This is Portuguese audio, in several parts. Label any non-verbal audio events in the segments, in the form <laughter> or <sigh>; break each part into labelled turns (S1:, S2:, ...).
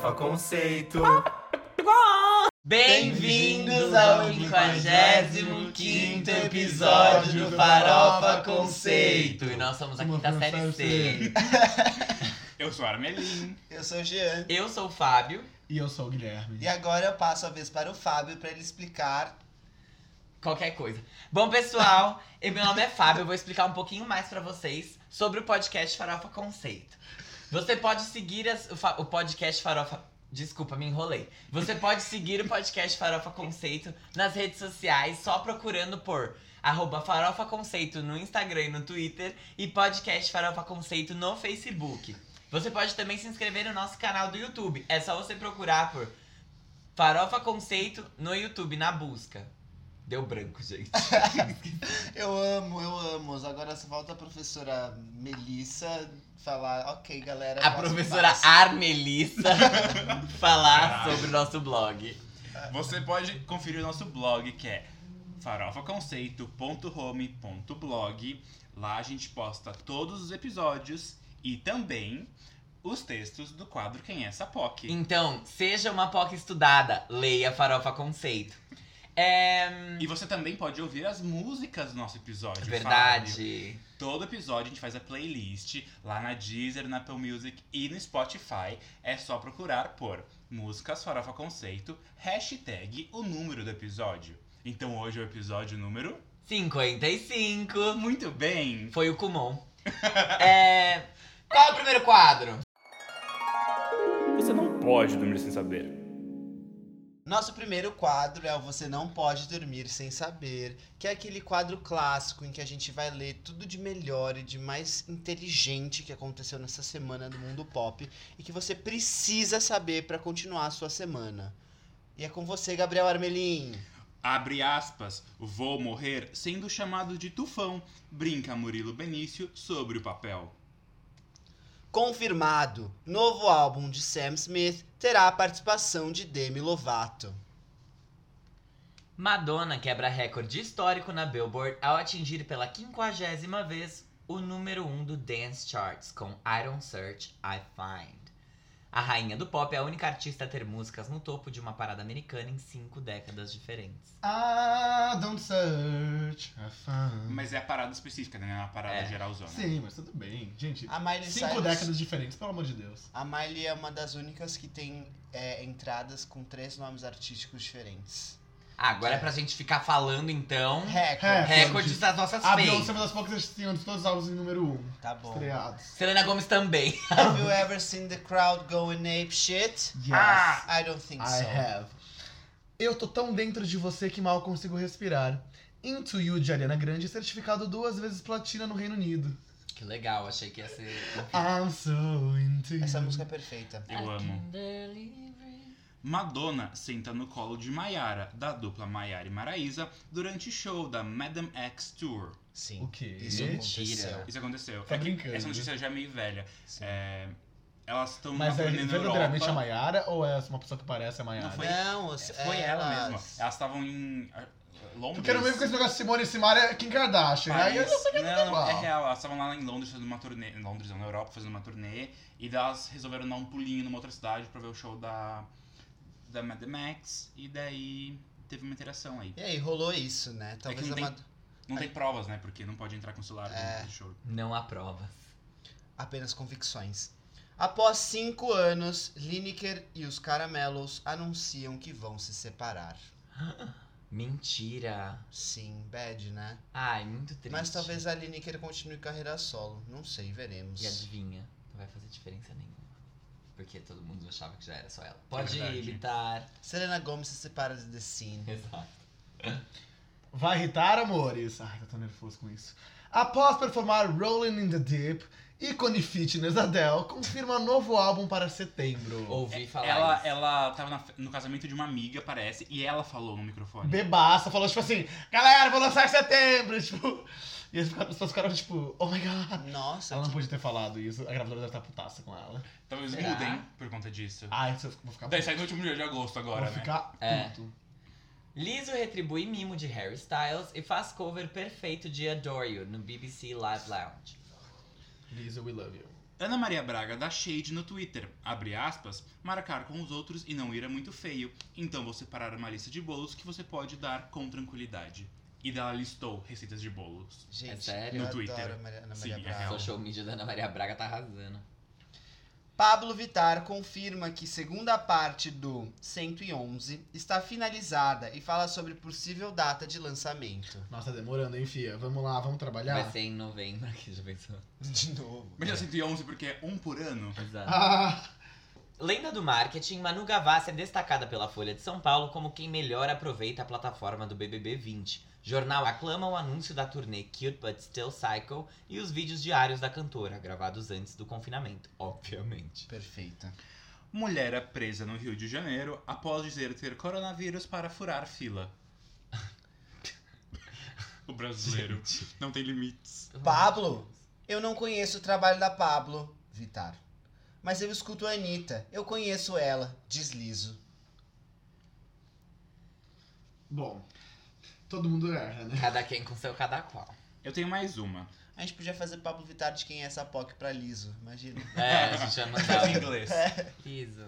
S1: só conceito.
S2: Bem-vindos ao 55 episódio do Farofa Conceito. E nós somos a
S3: Uma
S2: quinta tá série
S3: fanfarra
S2: C.
S4: Eu sou Armelin.
S5: Eu sou o Jean.
S2: Eu sou o Fábio.
S3: E eu sou o Guilherme.
S5: E agora eu passo a vez para o Fábio para ele explicar.
S2: Qualquer coisa. Bom, pessoal, e meu nome é Fábio. Eu vou explicar um pouquinho mais pra vocês sobre o podcast Farofa Conceito. Você pode seguir as- o, fa- o podcast Farofa. Desculpa, me enrolei. Você pode seguir o podcast Farofa Conceito nas redes sociais, só procurando por arroba Farofa Conceito no Instagram e no Twitter e podcast Farofa Conceito no Facebook. Você pode também se inscrever no nosso canal do YouTube. É só você procurar por Farofa Conceito no YouTube, na busca. Deu branco,
S4: <laughs>
S2: gente.
S5: Eu amo, eu amo. Agora só falta a professora Melissa falar, ok, galera.
S2: A
S5: próximo
S2: professora
S5: passo."
S4: <laughs>
S2: Armelissa falar
S4: Caralho.
S2: sobre o nosso blog.
S4: Você pode conferir o nosso blog que é farofaconceito.home.blog. Lá a gente posta todos os episódios e também os textos do quadro Quem é essa POC.
S2: Então, seja uma POC estudada, leia Farofa Conceito. É
S4: E você também pode ouvir as músicas do nosso episódio. Fábio.
S2: verdade.
S4: Todo episódio a gente faz a playlist lá na Deezer, na Apple Music e no Spotify. É só procurar por Músicas Farofa Conceito, hashtag o número do episódio. Então hoje é o episódio número
S2: 55.
S4: Muito bem!
S2: Foi o Kumon.
S4: <laughs>
S2: É, Qual é o primeiro quadro?
S6: Você não pode dormir sem saber.
S5: Nosso primeiro quadro é o Você Não Pode Dormir Sem Saber, que é aquele quadro clássico em que a gente vai ler tudo de melhor e de mais inteligente que aconteceu nessa semana no mundo pop e que você precisa saber para continuar a sua semana. E é com você, Gabriel Armelin.
S4: Abre aspas, vou morrer sendo chamado de tufão, brinca Murilo Benício sobre o papel.
S5: Confirmado, novo álbum de Sam Smith terá a participação de Demi Lovato.
S2: Madonna quebra recorde histórico na Billboard ao atingir pela quinquagésima vez o número 1 um do Dance Charts com I Don't Search, I Find. A rainha do pop é a única artista a ter músicas no topo de uma parada americana em cinco décadas diferentes.
S3: Ah, don't search. I found.
S4: Mas é a parada específica, né? Não É a parada
S2: É.
S4: geralzona.
S3: Sim, mas tudo bem. Gente,
S5: A Miley
S3: cinco
S5: Cyrus-
S3: décadas diferentes, pelo amor de Deus.
S5: A Miley é uma das únicas que tem é, entradas com três nomes artísticos diferentes.
S2: Ah, agora é pra gente ficar falando então
S5: Recorde.
S3: Recorde.
S2: recordes das nossas
S3: A
S2: feias.
S3: Beyoncé é uma das poucas artistas de todos os álbuns em número um,
S5: Tá bom.
S3: estreados.
S2: Selena Gomes também. <laughs>
S5: Have you ever seen the crowd going ape shit?
S3: Yes,
S4: Ah!
S5: I don't think
S3: I
S5: so.
S3: have. Eu tô tão dentro de você que mal consigo respirar. Into You, de Ariana Grande, certificado duas vezes platina no Reino Unido.
S2: Que legal, achei que ia ser.
S3: I'm so into you.
S5: Essa música é perfeita.
S4: Eu amo. Madonna senta no colo de Maiara, da dupla Maiara e Maraísa, durante show da Madame X Tour.
S5: Sim.
S3: O quê?
S5: Isso aconteceu.
S2: Mentira.
S4: Isso aconteceu.
S3: Tá
S4: É que
S3: brincando.
S4: Essa notícia já é meio velha.
S5: Sim.
S4: É, elas estão
S3: Mas é
S4: turnê na
S3: verdadeiramente a
S4: Europa.
S3: Maiara ou é uma pessoa que parece a
S4: Não,
S3: Maiara?
S4: foi-
S5: Não, os-
S4: Foi ela
S5: elas-
S4: mesma. Elas estavam em ah, Londres.
S3: Porque no mesmo que esse negócio de Simone e Simara é Kim Kardashian. Aí eu não sei o que é
S4: não,
S3: igual.
S4: é real. Elas estavam lá em Londres fazendo uma turnê. Em Londres, não, na Europa, fazendo uma turnê. E daí elas resolveram dar um pulinho numa outra cidade pra ver o show da, da Mad Max. E daí teve uma interação aí.
S5: E aí, rolou isso, né? Talvez
S4: não
S5: a,
S4: tem-
S5: Mad-
S4: Não tem provas, né? Porque não pode entrar com o celular
S3: É,
S4: no show.
S2: Não há provas. <laughs>
S5: apenas convicções. Após cinco anos, Lineker e os Caramelos anunciam que vão se separar.
S2: Mentira.
S5: Sim, bad, né?
S2: Ai, muito triste.
S5: Mas talvez a Lineker continue carreira solo. Não sei, veremos.
S2: E adivinha, não vai fazer diferença nenhuma. Porque todo mundo achava que já era só ela. Pode
S4: verdade.
S2: imitar.
S5: Selena Gomez se separa de The Scene.
S2: Exato.
S3: Vai irritar, amores? Ai, eu tô nervoso com isso. Após performar Rolling in the Deep, ícone fitness Adele confirma novo álbum para setembro.
S2: Ouvi falar
S4: É, Ela,
S2: isso.
S4: ela tava na fe- no casamento de uma amiga, parece, e ela falou no microfone.
S3: Bebaça, falou tipo assim, galera, vou lançar em setembro, <laughs> tipo... E as pessoas- as pessoas ficaram tipo, oh my god.
S5: Nossa,
S3: Ela
S5: que
S3: não podia ter falado isso, a gravadora deve estar putaça com ela.
S4: Talvez
S2: Será?
S3: Ah.
S4: mudem Então por conta disso.
S3: Ai, isso eu vou ficar
S4: Daí
S3: puto.
S4: sai no último dia de agosto agora,
S3: Vou
S4: né?
S3: ficar
S2: É.
S3: puto.
S2: Lizzo retribui mimo de Harry Styles e faz cover perfeito de Adore You no BBC Live Lounge.
S3: Lisa, we love you.
S4: Ana Maria Braga dá shade no Twitter, abre aspas, marcar com os outros e não ir é muito feio, então vou separar uma lista de bolos que você pode dar com tranquilidade. E dela listou receitas de bolos.
S5: Gente,
S2: É sério?
S5: eu
S4: No
S5: adoro
S4: Twitter.
S5: a Maria- Ana
S4: Sim,
S5: Maria
S4: é
S5: Braga.
S4: real.
S2: Social media da Ana Maria Braga tá arrasando.
S5: Pablo Vitar confirma que segunda parte do 111 está finalizada e fala sobre possível data de lançamento.
S3: Nossa, tá demorando, hein, Fia? Vamos lá, vamos trabalhar.
S2: Vai ser em novembro aqui, já pensou?
S5: De novo.
S4: Mas já 111 porque é um por ano.
S2: Exato.
S3: Ah,
S2: Lenda do marketing, Manu Gavassi é destacada pela Folha de São Paulo como quem melhor aproveita a plataforma do BBB 20. Jornal aclama o anúncio da turnê Cute But Still Cycle e os vídeos diários da cantora, gravados antes do confinamento, obviamente.
S5: Perfeita.
S4: Mulher é presa no Rio de Janeiro após dizer ter coronavírus para furar fila. <laughs> o brasileiro não tem limites.
S5: Pablo? Eu não conheço o trabalho da Pablo Vitar. Mas eu escuto a Anitta. Eu conheço ela. Deslizo.
S3: bom, todo mundo erra, né?
S2: Cada quem com seu cada qual.
S4: Eu tenho mais uma.
S5: A gente podia fazer Pablo Vitar de quem é essa POC pra liso. Imagina.
S3: <laughs>
S2: É, a gente já
S4: Em
S2: mandava.
S4: inglês.
S2: Liso.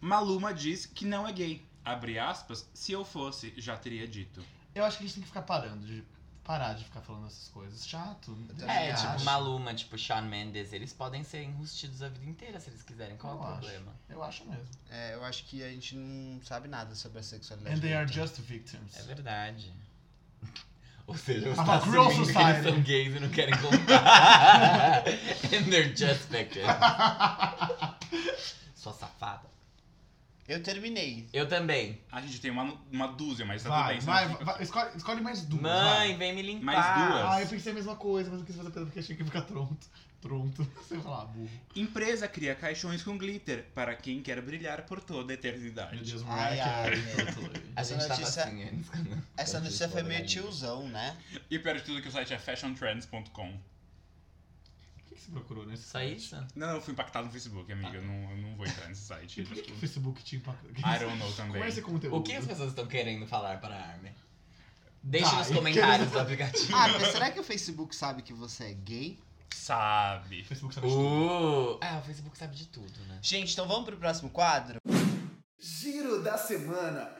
S4: Maluma diz que não é gay. Abre aspas, se eu fosse, já teria dito.
S3: Eu acho que a gente tem que ficar parando de parar de ficar falando essas coisas. Chato.
S5: também
S2: É,
S5: Eu
S2: tipo
S5: acho.
S2: Maluma, tipo Shawn Mendes, eles podem ser enrustidos a vida inteira se eles quiserem. Qual
S3: Eu
S2: é o
S3: acho.
S2: problema?
S3: Eu acho mesmo.
S5: É, eu acho que a gente não sabe nada sobre a sexualidade.
S3: And they are
S5: dela.
S3: just victims. <laughs>
S2: É verdade. <laughs> Ou seja, você
S3: I'm
S2: tá
S3: a cruel
S2: assumindo que
S3: society.
S2: eles são gays e não querem
S3: <laughs>
S2: contar. And they're just victims. Sua safada.
S5: Eu terminei.
S2: Eu também.
S4: A gente tem uma, uma dúzia, mas tá tudo
S3: Vai,
S4: bem. senão
S3: vai,
S4: fica-
S3: vai, escolhe, escolhe mais duas.
S2: Mãe,
S3: vai.
S2: vem me limpar.
S4: Mais duas.
S3: Ah, eu pensei a mesma coisa, mas eu quis fazer pelo porque achei que ia ficar tronto. Tronto. <laughs> Sei lá, "Ah, burro.
S4: Empresa cria caixões com glitter para quem quer brilhar por toda a
S3: Meu
S4: eternidade.
S3: Deus, o
S5: Ai, ai,
S3: Mariah
S2: A
S5: Essa
S2: gente tava
S5: notícia-
S2: assim antes. quando-
S5: Essa
S2: quando a
S5: notícia
S2: gente
S5: foi
S2: tava
S5: meio
S2: lá.
S5: tiozão, né?
S4: E pior de tudo que o site é fashiontrends.com.
S3: O que que você procurou nesse
S2: Só
S3: site?
S2: isso?
S4: Não, eu fui impactado no Facebook, amiga. Eu, não, eu não vou entrar nesse <laughs> site.
S3: E por que, que o Facebook te impactou?
S4: I don't know
S3: Com
S4: também.
S3: esse conteúdo.
S2: O que as pessoas estão querendo falar para a Armin? Deixa
S3: Tá,
S2: nos
S3: eu
S2: comentários
S3: quero-
S2: do aplicativo.
S5: Ah, mas será que o Facebook sabe que você é gay?
S4: Sabe.
S3: O Facebook sabe de tudo.
S2: <laughs> Uh, ah, o Facebook sabe de tudo, né?
S5: Gente, então vamos pro próximo quadro?
S3: Giro da semana.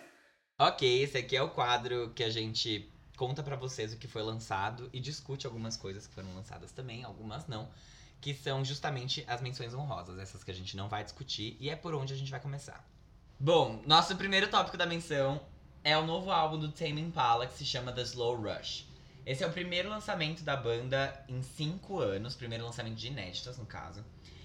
S2: Ok, esse aqui é o quadro que a gente conta pra vocês o que foi lançado e discute algumas coisas que foram lançadas também, algumas não, que são justamente as menções honrosas, essas que a gente não vai discutir e é por onde a gente vai começar. Bom, nosso primeiro tópico da menção é o novo álbum do Tame Impala que se chama The Slow Rush. Esse é o primeiro lançamento da banda em cinco anos, primeiro lançamento de inéditas no caso.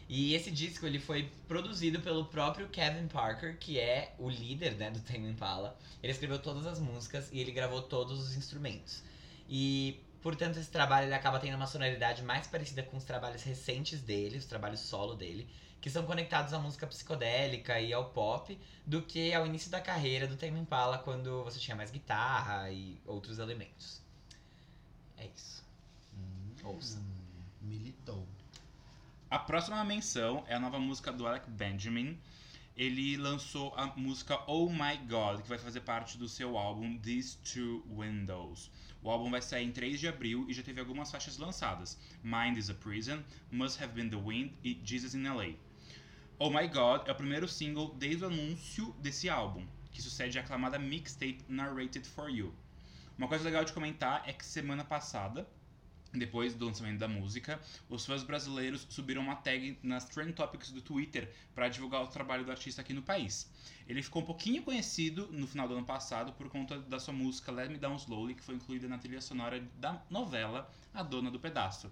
S2: E esse disco ele foi produzido pelo próprio Kevin Parker, que é o líder né, do Tame Impala. Ele escreveu todas as músicas e ele gravou todos os instrumentos. E, portanto, esse trabalho ele acaba tendo uma sonoridade mais parecida com os trabalhos recentes dele, os trabalhos solo dele, que são conectados à música psicodélica e ao pop, do que ao início da carreira do Tame Impala, quando você tinha mais guitarra e outros elementos. É isso. Ouça.
S5: Hum, militou.
S4: A próxima menção é a nova música do Alec Benjamin. Ele lançou a música Oh My God, que vai fazer parte do seu álbum These Two Windows. O álbum vai sair em 3 de abril e já teve algumas faixas lançadas: Mind is a Prison, Must Have Been the Wind e Jesus in LA. Oh My God é o primeiro single desde o anúncio desse álbum, que sucede a aclamada mixtape Narrated for You. Uma coisa legal de comentar é que semana passada, depois do lançamento da música, os fãs brasileiros subiram uma tag nas Trend Topics do Twitter para divulgar o trabalho do artista aqui no país. Ele ficou um pouquinho conhecido no final do ano passado por conta da sua música Let Me Down Slowly, que foi incluída na trilha sonora da novela A Dona do Pedaço.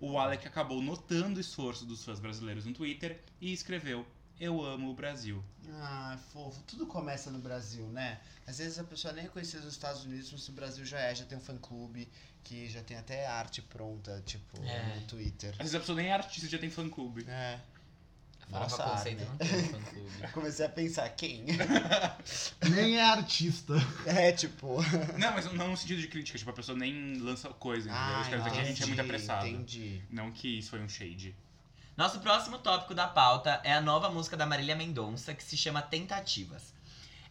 S4: O Alec acabou notando o esforço dos fãs brasileiros no Twitter e escreveu: Eu amo o Brasil.
S5: Ah, fofo. Tudo começa no Brasil, né? Às vezes a pessoa nem é conhecida nos Estados Unidos, mas no Brasil já é. Já tem um fã-clube que já tem até arte pronta, tipo,
S2: É.
S5: no Twitter.
S4: Às vezes a pessoa nem é artista e já
S5: <laughs>
S4: tem fã-clube.
S5: É.
S2: Farofa
S5: Nossa,
S2: Conceito um
S5: Armin.
S2: não tem fã-clube.
S5: Comecei a pensar, quem? <laughs>
S3: Nem é artista.
S5: é, tipo...
S4: Não, mas não no sentido de crítica, tipo, a pessoa nem lança coisa, entendeu? Os caras aqui a gente é muito
S5: Ah, entendi,
S4: apressado.
S5: Entendi.
S4: Não que isso foi um shade.
S2: Nosso próximo tópico da pauta é a nova música da Marília Mendonça, que se chama Tentativas.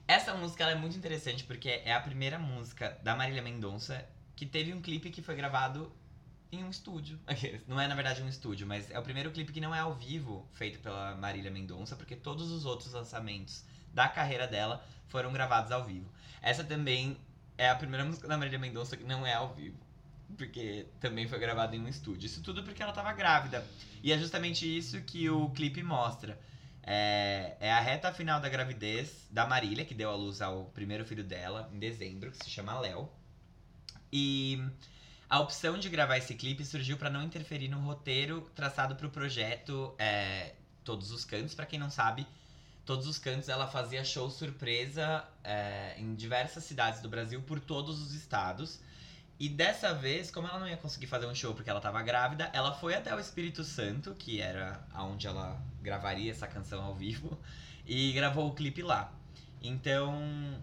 S2: Essa música ela é muito interessante porque é a primeira música da Marília Mendonça que teve um clipe que foi gravado em um estúdio. <laughs> Aqueles. Não é, na verdade, um estúdio, mas é o primeiro clipe que não é ao vivo, feito pela Marília Mendonça, porque todos os outros lançamentos da carreira dela foram gravados ao vivo. Essa também é a primeira música da Marília Mendonça que não é ao vivo. Porque também foi gravada em um estúdio. Isso tudo porque ela tava grávida. E é justamente isso que o clipe mostra. É, é a reta final da gravidez da Marília, que deu à luz ao primeiro filho dela, em dezembro, que se chama Léo. E a opção de gravar esse clipe surgiu para não interferir no roteiro traçado para o projeto é, Todos os Cantos. Para quem não sabe, Todos os Cantos ela fazia show surpresa é, em diversas cidades do Brasil, por todos os estados. E dessa vez, como ela não ia conseguir fazer um show porque ela tava grávida, ela foi até o Espírito Santo, que era onde ela gravaria essa canção ao vivo, e gravou o clipe lá. Então,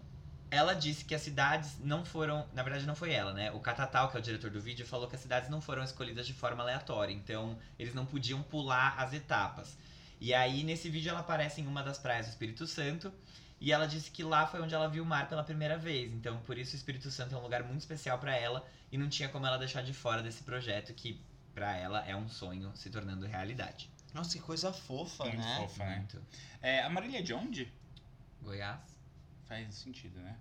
S2: ela disse que as cidades não foram. Na verdade, não foi ela, né? O Catatal, que é o diretor do vídeo, falou que as cidades não foram escolhidas de forma aleatória. Então, eles não podiam pular as etapas. E aí, nesse vídeo, ela aparece em uma das praias do Espírito Santo. E ela disse que lá foi onde ela viu o mar pela primeira vez. Então, por isso, o Espírito Santo é um lugar muito especial pra ela. E não tinha como ela deixar de fora desse projeto que, pra ela, é um sonho se tornando realidade.
S5: Nossa, que coisa fofa,
S4: Muito
S5: né?
S4: fofa, né?
S2: Muito.
S4: É, a Marília é de onde?
S2: Goiás?
S4: Faz sentido, né?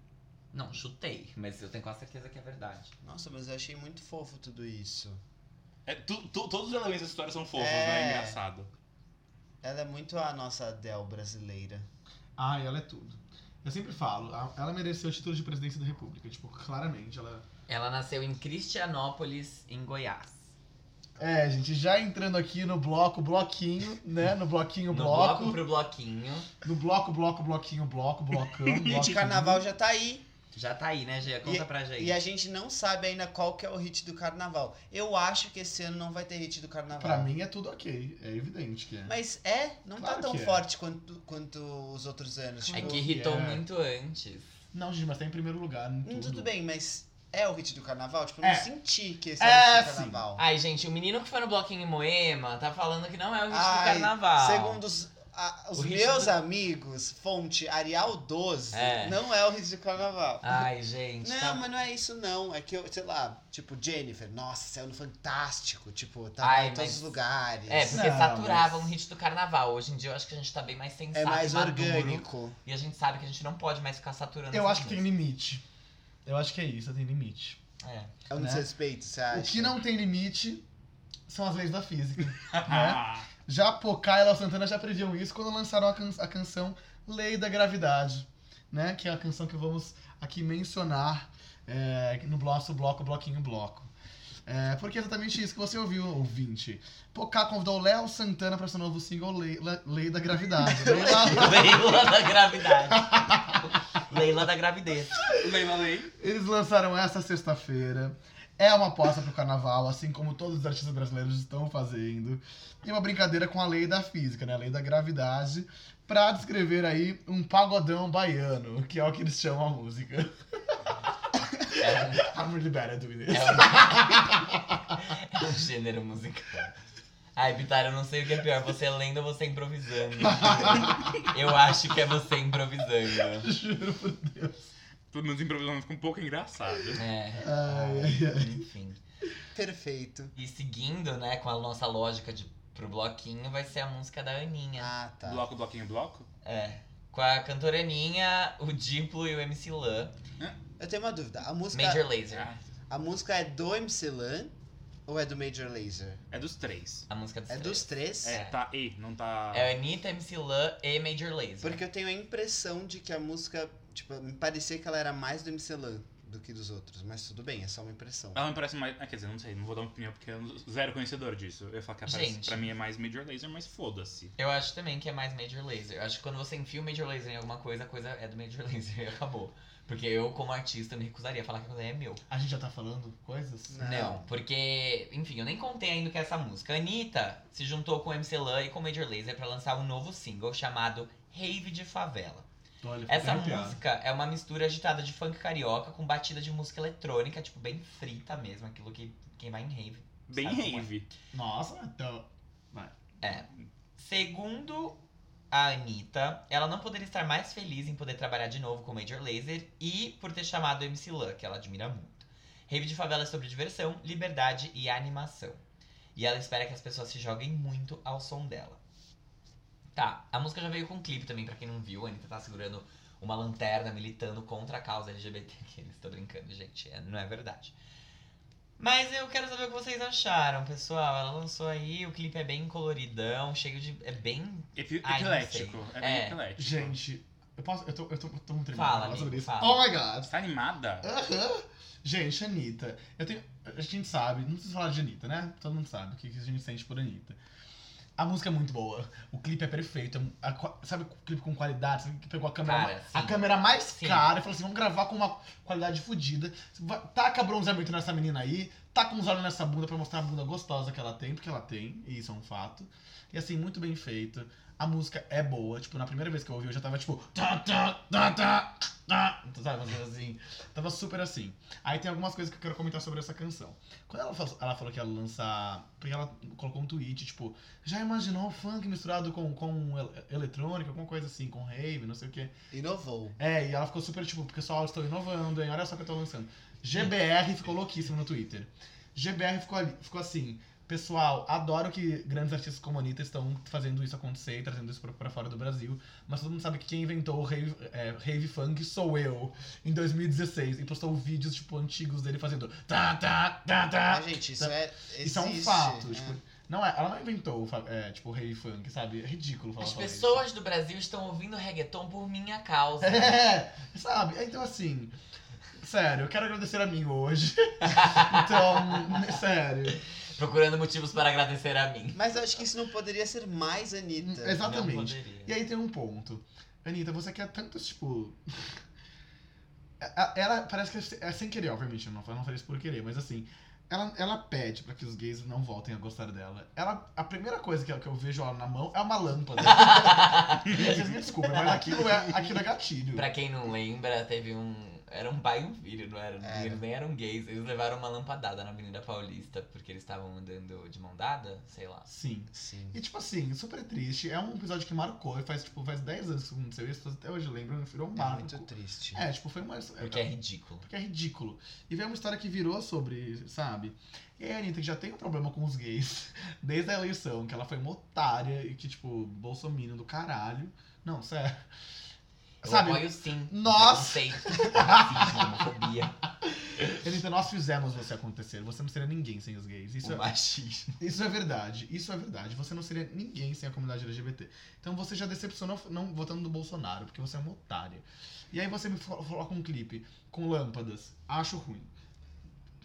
S2: Não, chutei, mas eu tenho quase certeza que é verdade.
S5: Nossa, mas eu achei muito fofo tudo isso.
S4: É, tu- tu- todos os elementos da história são fofos,
S5: É.
S4: né?
S2: <laughs>
S4: Engraçado.
S5: Ela é muito a nossa Adele brasileira.
S3: Ai, ela é tudo. Eu sempre falo, a- ela mereceu o título de presidência da república. Tipo, claramente, ela...
S2: Ela nasceu em Cristianópolis, em Goiás.
S3: É, gente, já entrando aqui no bloco, bloquinho, né? No bloquinho,
S2: No
S3: bloco.
S2: bloco pro bloquinho.
S3: No bloco, bloco, bloquinho,
S5: <laughs>
S3: bloco, blocão,
S5: Gente,
S3: bloquinho.
S5: carnaval já tá aí.
S2: Já tá aí, né, Gê? Conta pra gente.
S5: E a gente não sabe ainda qual que é o hit do carnaval. Eu acho que esse ano não vai ter hit do carnaval.
S3: Pra mim é tudo ok, é evidente que é.
S5: Mas é, não
S3: Claro
S5: tá tão
S3: que é.
S5: forte quanto, quanto os outros anos.
S2: É
S5: Tipo,
S2: que irritou
S3: É.
S2: muito antes.
S3: Não, gente, mas tá em primeiro lugar em
S5: hum,
S3: tudo.
S5: tudo. bem, mas é o hit do carnaval? Tipo, eu não
S3: É.
S5: senti que esse
S3: É,
S5: é o hit do
S3: sim.
S5: carnaval.
S2: Ai, gente, o menino que foi no bloquinho em Moema tá falando que não é o hit do
S5: Ai,
S3: Ah.
S2: carnaval.
S5: Segundo os, a- os
S2: O hit
S5: meus
S2: do-
S5: amigos, fonte Arial 12,
S2: É.
S5: não é o hit do carnaval.
S2: Ai, gente.
S5: Não,
S2: tá-
S5: mas não é isso não. É que eu, sei lá, tipo, Jennifer, nossa, saiu no Fantástico. Tipo, tá
S2: Ai,
S5: em todos
S2: mas-
S5: os lugares.
S2: É, porque
S3: Não,
S2: saturava
S3: mas-
S2: um hit do carnaval. Hoje em dia eu acho que a gente tá bem mais sensato.
S5: É mais
S2: e maduro,
S5: orgânico.
S2: E a gente sabe que a gente não pode mais ficar saturando
S3: Eu
S2: essas
S3: acho que tem limite. Eu acho que é isso, tem limite.
S2: coisas. É. <laughs>
S5: É um
S3: Né?
S5: desrespeito, você acha?
S3: O que não tem limite são as leis
S5: <laughs>
S3: da física. né?
S2: Ah.
S3: Já Pocá e Léo Santana já previam isso quando lançaram a, can- a canção Lei da Gravidade, né? Que é a canção que vamos aqui mencionar é, no nosso bloco, bloquinho, bloco. É, porque é exatamente isso que você ouviu, ouvinte. Pocá convidou Léo Santana para seu novo single Lei, Le- Lei da Gravidade. Leila-
S2: Leila da gravidade. <laughs> Leila da gravidez.
S4: <laughs> Leila Lei.
S3: Eles lançaram essa sexta-feira. É uma aposta pro carnaval, assim como todos os artistas brasileiros estão fazendo. E uma brincadeira com a lei da física, né? A lei da gravidade, pra descrever aí um pagodão baiano, que é o que eles chamam a música. <laughs> I'm really bad at doing this.
S2: É um- <laughs> É um gênero musical. Ai, Bitar, eu não sei o que é pior, você lendo ou você improvisando. <laughs> Eu acho que é você improvisando.
S3: Juro por Deus.
S4: Pelo menos improvisando fica um pouco engraçado.
S2: É.
S3: Ai, ai, ai.
S2: Enfim.
S5: Perfeito.
S2: E seguindo, né, com a nossa lógica de, pro bloquinho, vai ser a música da Aninha.
S5: Ah, tá.
S4: Bloco, bloquinho, bloco.
S2: É. Com a cantora Aninha, o Diplo e o MC Lan.
S5: Eu tenho uma dúvida. A música,
S2: Major Laser.
S4: Ah,
S5: a música é do MC Lan ou é do Major Laser?
S4: É dos três.
S2: A música dos
S5: É dos
S2: três.
S5: três?
S4: É, tá E, não tá.
S2: É Anitta, MC Lan e Major Laser.
S5: Porque eu tenho a impressão de que a música, tipo, me parecia que ela era mais do MC Lan do que dos outros. Mas tudo bem, é só uma impressão.
S4: Ela me parece mais. Ah, quer dizer, não sei, não vou dar uma opinião porque eu não- zero conhecedor disso. Eu falo que ela parece,
S2: Gente.
S4: pra mim é mais Major Laser, mas foda-se.
S2: Eu acho também que é mais Major Laser. Eu acho que quando você enfia o Major Laser em alguma coisa, a coisa é do Major <laughs> Laser e acabou. Porque eu, como artista, me recusaria a falar que a coisa é meu.
S3: A gente já tá falando coisas?
S5: Não.
S2: Não, porque, enfim, eu nem contei ainda o que é essa música. A Anitta se juntou com o MC Lan e com o Major Laser pra lançar um novo single chamado Rave de Favela.
S3: Olha, fiquei
S2: Essa
S3: arrepiado.
S2: música é uma mistura agitada de funk carioca com batida de música eletrônica, tipo, bem frita mesmo, aquilo que quem vai em rave.
S4: Bem
S2: Sabe como é?
S4: rave.
S3: Nossa, então.
S2: Segundo a Anitta, ela não poderia estar mais feliz em poder trabalhar de novo com o Major Lazer e por ter chamado o MC Lan, que ela admira muito. Rave de favela é sobre diversão, liberdade e animação. E ela espera que as pessoas se joguem muito ao som dela. Tá, a música já veio com um clipe também, pra quem não viu, a Anitta tá segurando uma lanterna militando contra a causa <laughs> LGBT. Eles tô brincando, gente, é- não é verdade. Mas eu quero saber o que vocês acharam, pessoal. Ela lançou aí, o clipe é bem coloridão, cheio de. É bem.
S4: Epi
S2: Ai, não
S4: epilético. É bem
S2: É.
S4: epilético.
S3: Gente, eu posso. Eu tô, eu tô, eu tô muito tremendo
S2: Fala,
S3: pra falar sobre
S2: amigo,
S3: isso.
S2: fala.
S3: Oh my god!
S4: Você tá animada?
S3: É. Aham. Gente, Anitta. Eu tenho, a gente sabe, não preciso falar de Anitta, né? Todo mundo sabe o que que a gente sente por Anitta. A música é muito boa, o clipe é perfeito. a qua- sabe o clipe com qualidade? Sabe que pegou a câmera,
S2: Cara,
S3: ma-
S2: sim.
S3: a câmera mais
S2: Sim.
S3: cara e falou assim: vamos gravar com uma qualidade fodida. Va- Taca bronzeamento nessa menina aí, taca uns olhos nessa bunda pra mostrar a bunda gostosa que ela tem, porque ela tem, e isso é um fato. E assim, muito bem feito. A música é boa, tipo, na primeira vez que eu ouvi, eu já tava tipo. Tá, tá, tá, tá, tá. Então, Sabe, umas coisas assim. Tava super assim. Aí tem algumas coisas que eu quero comentar sobre essa canção. Quando ela, fa- ela falou que ia lançar. Porque ela colocou um tweet, tipo, já imaginou o funk misturado com, com el- eletrônica, alguma coisa assim, com rave, não sei o quê.
S5: Inovou.
S3: É, e ela ficou super tipo, pessoal, estou inovando, hein? Olha só o que eu tô lançando. GBR ficou louquíssimo no Twitter. GBR ficou, ali, ficou assim, pessoal, adoro que grandes artistas como a Anitta estão fazendo isso acontecer e trazendo isso pra, pra fora do Brasil, mas todo mundo sabe que quem inventou o rave, é, rave funk sou eu, em 2016, e postou vídeos, tipo, antigos dele fazendo tá, tá, tá, tá.
S5: Ah, gente, isso é.
S3: isso é um
S5: existe,
S3: fato,
S5: é.
S3: tipo, não é, ela não inventou, fa- é, tipo, rave funk, sabe? É ridículo falar
S2: As
S3: falar isso.
S2: pessoas do Brasil estão ouvindo reggaeton por minha causa. <laughs>
S3: É, sabe? Então, assim. Sério, eu quero agradecer a mim hoje. <laughs> Então, né, sério.
S2: Procurando motivos para agradecer a mim.
S5: Mas eu acho que isso não poderia ser mais Anitta.
S3: Exato. Exatamente.
S2: Não poderia.
S3: E aí tem um ponto. Anitta, você quer tantos, tipo. a- a- Ela parece que é sem querer, obviamente, eu não, eu não falei isso por querer, mas assim. Ela, ela pede pra que os gays não voltem a gostar dela. Ela, a primeira coisa que eu, que eu vejo ela na mão é uma lâmpada. Vocês me desculpem, mas aquilo é, aquilo é gatilho.
S2: <laughs> Pra quem não lembra, teve um. Era um pai e um filho, não era?
S5: Era.
S2: Eles nem eram gays. Eles levaram uma lampadada na Avenida Paulista porque eles estavam andando de mão dada, sei lá.
S3: Sim.
S5: Sim.
S3: E tipo assim, super triste. É um episódio que marcou. E faz, tipo, faz 10 anos que aconteceu isso, as pessoas até hoje lembram, virou um
S5: É
S3: marco.
S5: muito triste.
S3: É, tipo, foi uma.
S2: Porque é ridículo.
S3: porque é ridículo. E veio uma história que virou sobre, sabe? E aí a Anitta, que já tem um problema com os gays <laughs> desde a eleição, que ela foi uma otária e que, tipo, bolsominion do caralho. Não, sério.
S2: Eu
S3: Sabe?
S2: apoio sim.
S3: Nossa! <laughs>
S2: Preconceito, racismo, homofobia,
S3: Anitta, nós fizemos você acontecer. Você não seria ninguém sem os gays. Isso
S2: o
S3: é,
S2: machismo.
S3: Isso é verdade, isso é verdade. Você não seria ninguém sem a comunidade LGBT. Então você já decepcionou não votando no Bolsonaro, porque você é uma otária. E aí você me fo- coloca um clipe com lâmpadas. Acho ruim.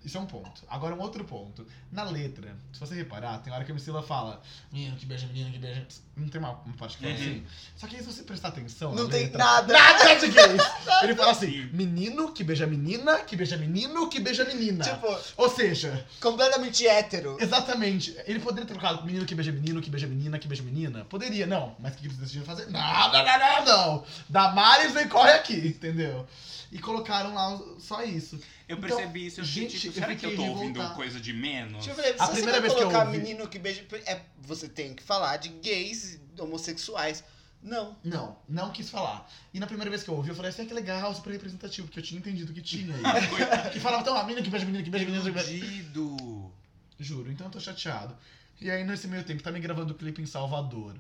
S3: Isso é um ponto. Agora um outro ponto. Na letra, se você reparar, tem hora que a Priscila fala menino que beija, menino que beija. Não tem uma, uma parte que fala
S4: Uhum.
S3: assim. Só que aí se você prestar atenção
S5: Não
S3: na
S5: tem
S3: letra,
S5: nada.
S3: <laughs> Nada de gays! é
S5: <laughs>
S3: Ele fala assim,
S4: Sim.
S3: menino que beija menina, que beija menino, que beija menina.
S5: Tipo,
S3: Ou seja,
S5: completamente hétero.
S3: Exatamente. Ele poderia ter colocado menino que beija menino, que beija menina, que beija menina. Poderia, não. Mas o que eles decidiram fazer? Nada, não, não, não. Damares vem corre aqui, entendeu? E colocaram lá os- só isso.
S4: Eu
S3: Então,
S4: percebi isso, eu fiquei
S3: gente,
S4: tipo,
S3: eu
S4: será que eu tô
S3: fiquei
S4: ouvindo
S3: revoltado.
S4: coisa de menos?
S5: Deixa eu ver, se
S3: A
S5: você
S3: primeira
S5: vai
S3: vez que eu
S5: colocar
S3: ouvi-
S5: menino que beija. É, você tem que falar de gays homossexuais. Não.
S3: Não, não quis falar. E na primeira vez que eu ouvi, eu falei assim, ah, que legal, super representativo, porque eu tinha entendido que tinha aí. e falava, então, a menina que beija menina, que beija menina, que beija...
S4: Iludido.
S3: Juro, então eu tô chateado. E aí, nesse meio tempo, tá me gravando o clipe em Salvador.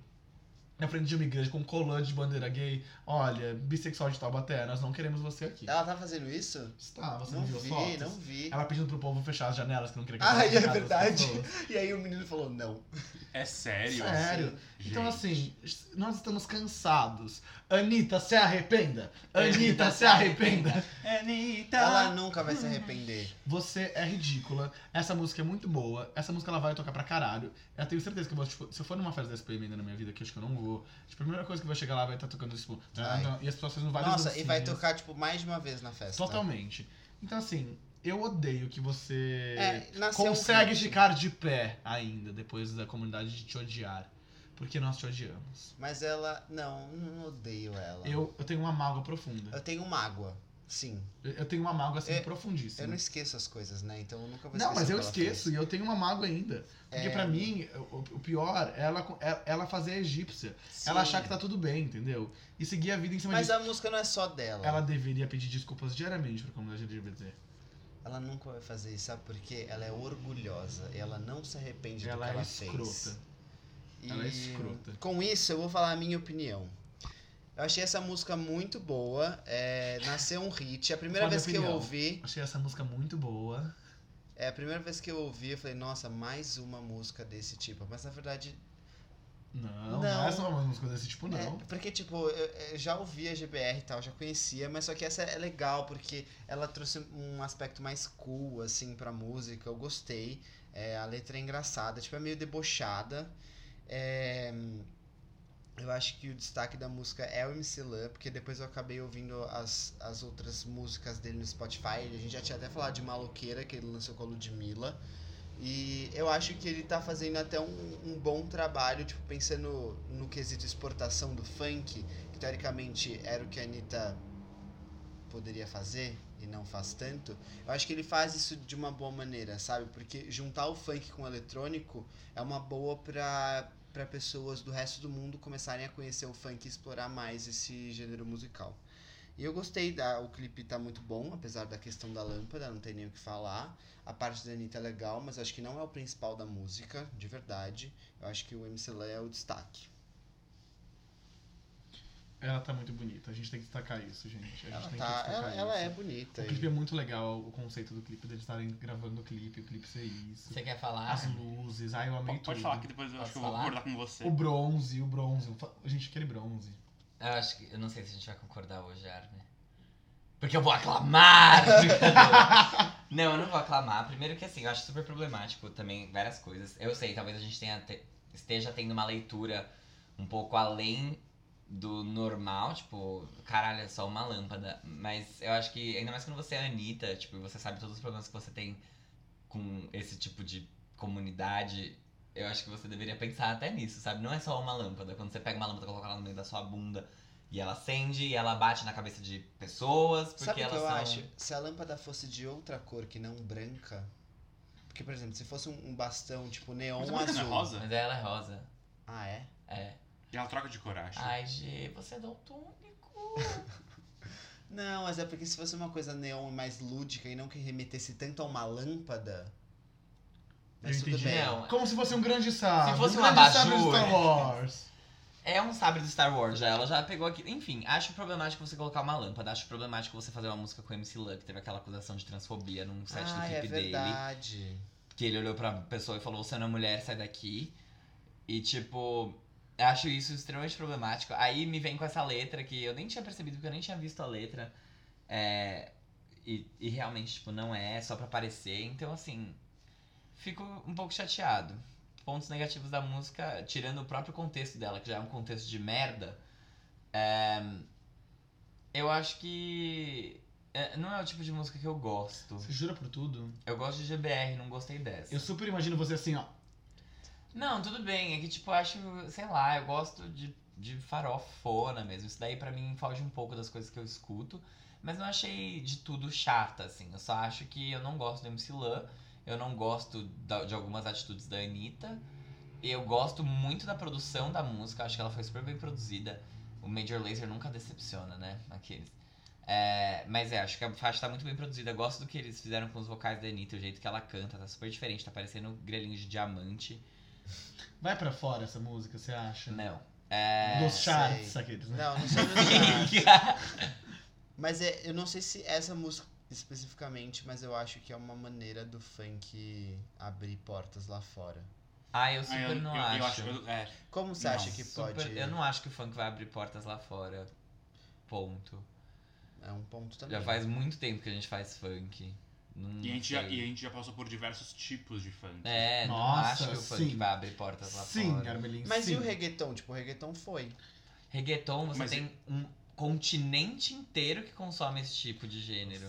S3: Na frente de uma igreja com um colã de bandeira gay. Olha, bissexual de Taubaté, nós não queremos você aqui.
S5: Ela tá fazendo isso?
S3: Está, Tá, você não,
S5: não
S3: viu as
S5: vi,
S3: fotos?
S5: não vi.
S3: Ela pedindo pro povo fechar as janelas, que não queria que
S5: Ai,
S3: abrisse
S5: <laughs> é
S3: a casa das
S5: verdade. <laughs>
S3: pessoas.
S5: E aí o menino falou não.
S4: É sério?
S3: Sério.
S4: Gente.
S3: Então, assim, nós estamos cansados. Anitta,
S5: <laughs>
S3: se arrependa! Anitta, se arrependa!
S4: assim, é,
S3: Tá.
S4: Anitta!
S5: Ela
S2: é
S5: nunca vai se arrepender.
S3: Você é ridícula. Essa música é muito boa. Essa música ela vai tocar pra caralho. Eu tenho certeza que eu vou, tipo, se eu for numa festa da SPM ainda na minha vida, que eu acho que eu não vou, tipo, a primeira coisa que vai chegar lá vai estar tocando, tipo,
S5: Vai.
S3: e as pessoas fazendo várias
S5: Nossa, e vai
S3: dancinhas.
S5: tocar, tipo, mais de uma vez na festa.
S3: Totalmente. Então, assim, eu odeio que você.
S5: É, nasceu um
S3: consegue
S5: hit,
S3: ficar de pé ainda depois da comunidade de te odiar. Porque nós te odiamos.
S5: Mas ela. Não, não odeio ela.
S3: Eu, eu tenho uma mágoa profunda.
S5: Eu tenho mágoa. Sim.
S3: Eu, eu tenho uma mágoa assim
S5: É,
S3: profundíssima.
S5: Eu não esqueço as coisas, né? Então eu nunca vou
S3: Não,
S5: esquecer.
S3: mas
S5: o
S3: eu
S5: que ela
S3: esqueço e eu tenho uma mágoa ainda. Porque
S5: É.
S3: pra mim, o, o pior é ela, é ela fazer a egípcia.
S5: fez.
S3: Ela
S5: Sim.
S3: achar que tá tudo bem, entendeu? E seguir a vida em cima
S5: Mas
S3: disso.
S5: a música não é só dela.
S3: Ela deveria pedir desculpas diariamente pra comunidade LGBT.
S5: Ela nunca vai fazer isso, sabe por quê? Ela é orgulhosa e ela não se arrepende do
S3: Ela
S5: que
S3: é
S5: ela fez.
S3: escrota. Ela é escrota.
S5: Com isso, eu vou falar a minha opinião. Eu achei essa música muito boa. é, nasceu um hit. A primeira
S3: Fala minha
S5: vez que eu
S3: opinião.
S5: ouvi.
S3: Achei essa música muito boa.
S5: É, a primeira vez que eu ouvi, eu falei, nossa, mais uma música desse tipo. Mas na verdade.
S3: Não, não,
S5: Não.
S3: é só uma música desse tipo, não.
S5: É, porque, tipo, eu, eu já ouvia GBR e tal, já conhecia, mas só que essa é legal, porque ela trouxe um aspecto mais cool, assim, pra música. Eu gostei. É, a letra é engraçada, tipo, é meio debochada. É, eu acho que o destaque da música é o MC Lan, porque depois eu acabei ouvindo as, as outras músicas dele no Spotify. A gente já tinha até falado de Maloqueira, que ele lançou com a Ludmilla. E eu acho que ele tá fazendo até um, um bom trabalho, tipo, pensando no quesito exportação do funk, que teoricamente era o que a Anitta poderia fazer e não faz tanto. Eu acho que ele faz isso de uma boa maneira, sabe? Porque juntar o funk com o eletrônico é uma boa pra, pra pessoas do resto do mundo começarem a conhecer o funk e explorar mais esse gênero musical. E eu gostei, da, o clipe tá muito bom, apesar da questão da lâmpada, não tem nem o que falar. A parte da Anitta é legal, mas acho que não é o principal da música, de verdade. Eu acho que o MC Lan é o destaque.
S3: Ela tá muito bonita, a gente tem que destacar isso, gente. A gente
S5: Ela,
S3: tem que
S5: tá,
S3: destacar
S5: ela,
S3: isso.
S5: ela é bonita.
S3: O
S5: e-
S3: clipe é muito legal, o conceito do clipe, deles estarem gravando o clipe, o clipe ser isso.
S2: Você quer falar?
S3: As luzes, ai, eu amei
S4: Pode,
S3: tudo.
S4: pode falar que depois eu
S2: Posso
S4: acho que eu vou
S2: né? falar?
S4: concordar com você.
S3: O bronze, o bronze. o fa- Gente, aquele bronze.
S2: Eu acho que. Eu não sei se a gente vai concordar hoje, Armin. Porque eu vou <laughs> aclamar! brincadeira. não, eu não vou aclamar. Primeiro que assim, eu acho super problemático também várias coisas. Eu sei, talvez a gente tenha te- esteja tendo uma leitura um pouco além do normal, tipo, caralho, é só uma lâmpada. Mas eu acho que, ainda mais quando você é a Anitta, tipo, e você sabe todos os problemas que você tem com esse tipo de comunidade. Eu acho que você deveria pensar até nisso, sabe? Não é só uma lâmpada. Quando você pega uma lâmpada, coloca ela no meio da sua bunda e ela acende e ela bate na cabeça de pessoas, porque
S5: Sabe o que
S2: é elas
S5: eu
S2: são.
S5: acho? Se a lâmpada fosse de outra cor que não branca. Porque, por exemplo, se fosse um, um bastão tipo neon
S4: Mas a
S5: azul.
S4: América não é rosa?
S2: Mas ela é rosa.
S5: Ah, é?
S2: É.
S4: E ela troca de cor, acho.
S2: Ai, Gê, você é daltônico.
S5: Não, mas é porque se fosse uma coisa neon mais lúdica e não que remetesse tanto a uma lâmpada. Mas
S3: eu
S5: tudo
S3: entendi.
S5: bem.
S2: Não. é.
S3: Como se fosse um grande sábio.
S2: Se fosse
S3: um
S2: um
S3: grande sábio de
S2: abajur.
S3: Star Wars.
S2: É um sabre do Star Wars, já. Ela já pegou aqui. Enfim, acho problemático você colocar uma lâmpada. Acho problemático você fazer uma música com o MC Luck. Teve aquela acusação de transfobia num set
S5: Ah,
S2: do
S5: é
S2: clipe dele.
S5: verdade.
S2: Que ele olhou pra pessoa e falou: Você não é mulher, sai daqui. E tipo, acho isso extremamente problemático. Aí me vem com essa letra que eu nem tinha percebido, porque eu nem tinha visto a letra. É, e, e realmente, tipo, não é, é só pra parecer. Então, assim, fico um pouco chateado. Pontos negativos da música, tirando o próprio contexto dela, que já é um contexto de merda. é, eu acho que. é, não é o tipo de música que eu gosto.
S3: Você jura por tudo?
S2: Eu gosto de GBR, não gostei dessa.
S3: Eu super imagino você assim, ó.
S2: Não, tudo bem. É que, tipo, eu acho, sei lá, eu gosto de, de farofona mesmo. Isso daí pra mim foge um pouco das coisas que eu escuto. Mas não achei de tudo chata, assim. Eu só acho que eu não gosto do MC Lan. Eu não gosto da- de algumas atitudes da Anitta. Eu gosto muito da produção da música. eu Acho que ela foi super bem produzida. O Major Lazer nunca decepciona, né? Aqueles. É, mas é, acho que a faixa tá muito bem produzida. eu Gosto do que eles fizeram com os vocais da Anitta, o jeito que ela canta, tá super diferente, tá parecendo grelhinho de diamante.
S3: Vai pra fora essa música, você acha?
S2: Não. É. <laughs>
S3: Dos
S5: sei.
S3: charts aqueles, né?
S5: Não, não sei mencionar. Mas é, eu não sei se essa música especificamente, mas eu acho que é uma maneira do funk abrir portas lá fora.
S2: Ah, eu
S4: Ah,
S2: super não
S4: eu, eu
S2: acho.
S4: eu- é,
S5: Como você
S4: Não,
S5: acha que
S2: Super-
S5: pode?
S2: Eu não acho que o funk vai abrir portas lá fora. Ponto.
S5: É um ponto também.
S2: Já faz muito tempo que a gente faz funk. Não
S4: e, a gente já,
S2: sei.
S4: e a gente já passou por diversos tipos de funk.
S2: É, não
S3: Nossa,
S2: acho que o funk
S3: sim.
S2: vai abrir portas lá
S3: Sim,
S2: fora.
S3: Armelin,
S5: tá Mas
S3: sim.
S5: e o reggaeton? Tipo, o reggaeton foi.
S2: Reggaeton, você
S4: Mas é
S2: tem um continente inteiro que consome esse tipo de gênero.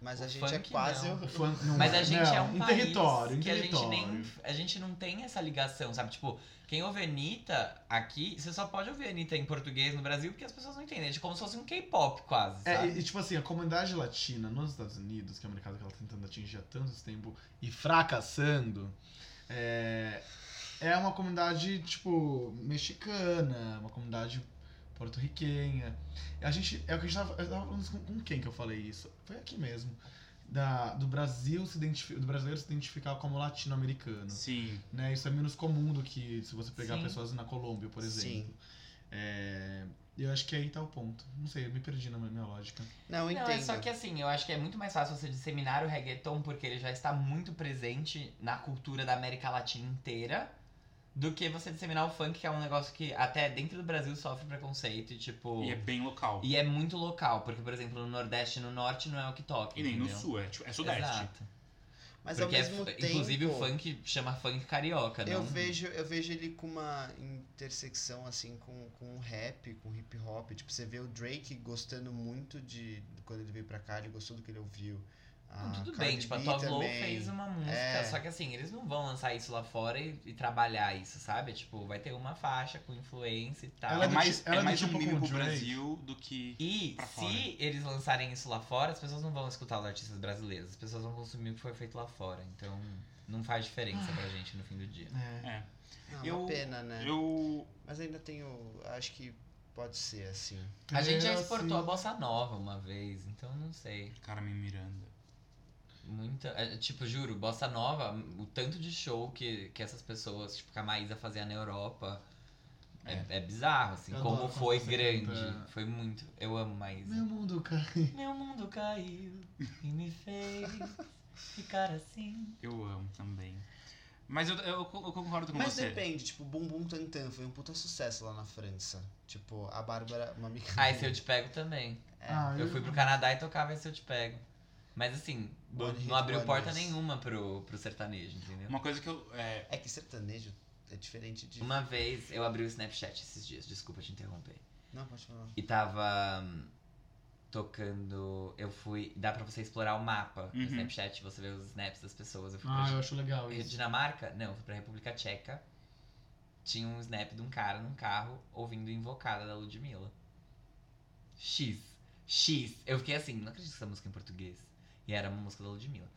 S5: Mas
S2: O
S5: a gente é
S2: funk,
S5: quase
S2: não.
S5: o-
S3: O fã- não
S2: Mas a gente
S3: não,
S2: é um
S3: em
S2: país
S3: território, em
S2: que
S3: território.
S2: a gente nem. A gente não tem essa ligação, sabe? Tipo, quem ouve Anitta aqui, você só pode ouvir Anitta em português no Brasil porque as pessoas não entendem. É de como se fosse um K-pop, quase.
S3: É,
S2: sabe?
S3: e, e, tipo assim, a comunidade latina nos Estados Unidos, que é um mercado que ela tá tentando atingir há tanto tempo e fracassando, é, é uma comunidade, tipo, mexicana, uma comunidade porto-riquenha. A gente, é o que a gente tava, eu tava falando isso com, com quem que eu falei isso? Foi aqui mesmo. da- do Brasil se identifi- do brasileiro se identificar como latino-americano.
S4: Sim.
S3: Né? Isso é menos comum do que se você pegar
S2: Sim.
S3: pessoas na Colômbia, por
S5: Sim.
S3: exemplo. É, Eu acho que aí tá o ponto. Não sei, eu me perdi na minha lógica.
S5: Não,
S2: Não, é
S5: entendo.
S2: só que assim, eu acho que é muito mais fácil você disseminar o reggaeton porque ele já está muito presente na cultura da América Latina inteira do que você disseminar o funk, que é um negócio que até dentro do Brasil sofre preconceito e tipo.
S4: E é bem local. E,
S2: e é muito local, porque, por exemplo, no Nordeste e no Norte não é o que toca.
S4: nem no
S2: entendeu?
S4: sul, é, tipo- é sudeste.
S2: Exato.
S5: Mas
S2: porque
S5: ao
S2: é
S5: mesmo
S2: fu-
S5: tempo.
S2: inclusive o funk chama funk carioca,
S5: Eu
S2: não?
S5: vejo, eu vejo ele com uma intersecção assim com, com o rap, com o hip hop. Tipo, você vê o Drake gostando muito de. Quando ele veio pra cá, ele gostou do que ele ouviu.
S2: Não,
S5: Ah,
S2: tudo
S5: Cardi
S2: bem, tipo, a
S5: B
S2: Top Low
S5: também.
S2: fez um- uma música,
S5: É.
S2: só que assim, eles não vão lançar isso lá fora e, e trabalhar isso, sabe? Tipo, vai ter uma faixa com influência e tal.
S3: Ela
S4: É
S3: do
S4: mais,
S3: ti- ela
S4: é
S3: do
S4: mais
S3: tipo
S4: um mimo
S3: com o
S4: pro
S3: Drake.
S4: Brasil do que.
S2: E
S4: pra
S2: se
S4: fora.
S2: eles lançarem isso lá fora, as pessoas não vão escutar os artistas brasileiros, as pessoas vão consumir o que foi feito lá fora. Então, não faz diferença
S5: Ah.
S2: pra gente no fim do dia.
S3: É.
S5: Não,
S4: Eu-
S5: Ah, uma pena, né?
S4: Eu.
S5: Mas ainda tenho. Acho que pode ser assim.
S2: A gente já
S3: Eu,
S2: exportou a
S3: assim,
S2: bossa nova uma vez, então não sei.
S4: Carmen Miranda.
S2: Muita. é, tipo, juro, bossa nova, o tanto de show que, que essas pessoas, tipo, que a Maísa fazia na Europa. É, é bizarro, assim,
S3: Eu
S2: como
S3: adoro quando
S2: foi
S3: você
S2: grande.
S3: canta-
S2: Foi muito. Eu amo Maísa.
S3: Meu mundo <laughs> cai.
S2: Meu mundo caiu e me fez ficar assim.
S4: Eu amo também. Mas eu, eu, eu concordo com
S5: Mas
S4: você.
S5: depende, tipo, Bum Bum Tantan foi um puta sucesso lá na França. Tipo, a Bárbara, uma amiga.
S2: Aí
S5: minha,
S2: se Ah, eu te pego também.
S3: Ah,
S2: Eu fui pro Canadá e tocava Esse Eu Te Pego. Mas assim,
S5: One hit
S2: não abriu
S5: wonders.
S2: porta nenhuma pro, pro sertanejo, entendeu?
S4: Uma coisa que eu. é,
S5: É que sertanejo é diferente de.
S2: Uma vez eu abri o Snapchat esses dias, desculpa te interromper.
S5: Não, pode falar.
S2: E tava hum, tocando. Eu fui. Dá pra você explorar o mapa no
S4: Uhum.
S2: Snapchat, você vê os snaps das pessoas. Eu fui
S3: Ah,
S2: pra
S3: eu acho legal
S2: Rio-
S3: isso.
S2: Dinamarca? Não, eu fui pra República Tcheca. Tinha um snap de um cara num carro ouvindo Invocada da Ludmilla. X. X. Eu fiquei assim, não acredito que essa música é em português. E era uma música da Ludmilla.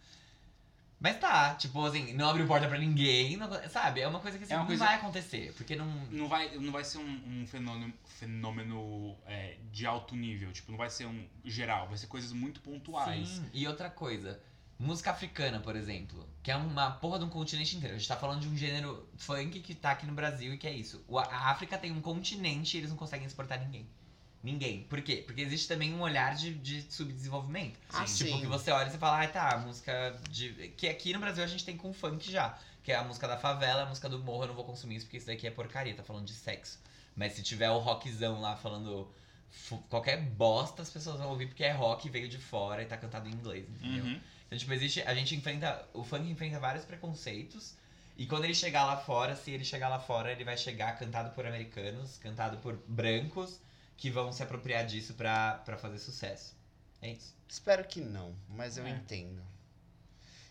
S2: Mas tá, tipo assim, não abriu porta pra ninguém, não- sabe? É uma coisa que assim,
S4: É uma
S2: não
S4: coisa-
S2: vai acontecer, porque não.
S4: não, vai, não vai ser um, um fenômeno, fenômeno é, de alto nível. Tipo, não vai ser um geral. Vai ser coisas muito pontuais.
S2: Sim, e outra coisa. Música africana, por exemplo, que é uma porra de um continente inteiro. A gente tá falando de um gênero funk que tá aqui no Brasil e que é isso. O- A África tem um continente e eles não conseguem exportar ninguém. Ninguém. Por quê? Porque existe também um olhar de, de subdesenvolvimento.
S5: Ah,
S2: Tipo,
S5: sim.
S2: que você olha e você fala, ah, tá, a música de. Que aqui no Brasil a gente tem com funk já. Que é a música da favela, a música do morro, eu não vou consumir isso porque isso daqui é porcaria, tá falando de sexo. Mas se tiver o rockzão lá falando fu- qualquer bosta, as pessoas vão ouvir porque é rock, veio de fora e tá cantado em inglês, entendeu?
S4: Uhum.
S2: Então, tipo, existe. A gente enfrenta. O funk enfrenta vários preconceitos. E quando ele chegar lá fora, se ele chegar lá fora, ele vai chegar cantado por americanos, cantado por brancos, que vão se apropriar disso pra, pra fazer sucesso. É isso.
S5: Espero que não, mas eu
S4: É.
S5: entendo.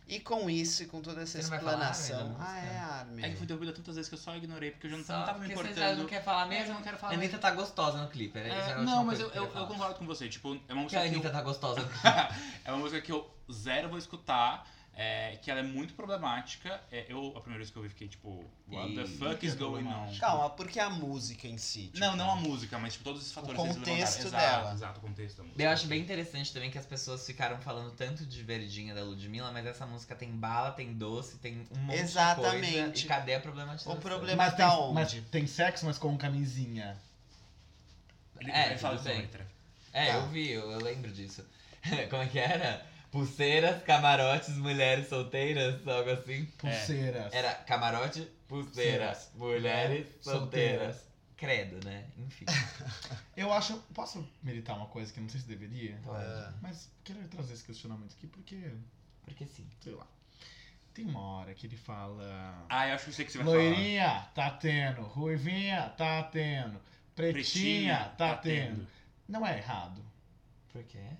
S5: E com isso e com toda essa
S2: Você não vai falar
S5: explanação.
S2: Armin da
S5: Ah,
S2: música?
S5: é Armin.
S4: É que foi interrompida tantas vezes que eu só ignorei, porque eu já não,
S2: Só
S4: não tava me
S2: porque você já
S4: importando.
S2: não quer é falar
S4: Mas eu
S2: mesmo?
S4: não quero
S2: A
S4: falar
S2: Anitta tá gostosa no clipe. Era isso,
S4: É,
S2: era a última
S4: não, mas
S2: coisa que
S4: eu, eu,
S2: queria
S4: eu
S2: falar.
S4: concordo com você. Tipo, é uma
S2: Que a
S4: música que, eu-
S2: Anitta tá gostosa
S4: <laughs>
S2: no clipe.
S4: é uma música que eu zero vou escutar, é, que ela é muito problemática. É, eu, a primeira vez que eu vi, fiquei tipo, what the
S2: Ih,
S4: fuck
S3: que
S4: is going on?
S3: problemática.
S5: Calma, porque a música em si. tipo,
S4: Não, não a música, mas tipo, todos esses fatores que eles
S5: contexto
S4: levantaram. Exato,
S5: dela.
S4: Exato, o contexto da música.
S2: Eu acho bem interessante também que as pessoas ficaram falando tanto de Verdinha da Ludmilla, mas essa música tem bala, tem doce, tem um monte de coisa.
S5: Exatamente.
S2: E cadê a problematização?
S5: O problema-
S3: Mas
S5: Mas
S3: tem,
S5: tá onde?
S3: mas tem sexo, mas com camisinha.
S4: Ele,
S2: É,
S4: ele fala
S2: tudo
S4: com
S2: bem.
S4: letra.
S2: É,
S5: Tá.
S2: eu vi, eu, eu lembro disso. <laughs> Como é que era? Pulseiras, camarotes, mulheres solteiras, algo assim.
S3: Pulseiras.
S2: Era camarote, pulseiras,
S3: Pulseiras.
S2: mulheres
S3: Solteiras.
S2: solteiras. Credo, né? Enfim.
S3: Eu acho. Posso militar uma coisa que eu não sei se deveria?
S2: <laughs> Pode.
S5: Ah,
S3: Mas quero trazer esse questionamento aqui porque,
S2: Porque sim.
S3: sei lá. Tem uma hora que ele fala.
S4: Ah, eu acho que eu sei o que você vai falar.
S3: Loirinha, tá tendo. Ruivinha, tá tendo. Pretinha, tá, tendo. Não é errado.
S2: Por quê? É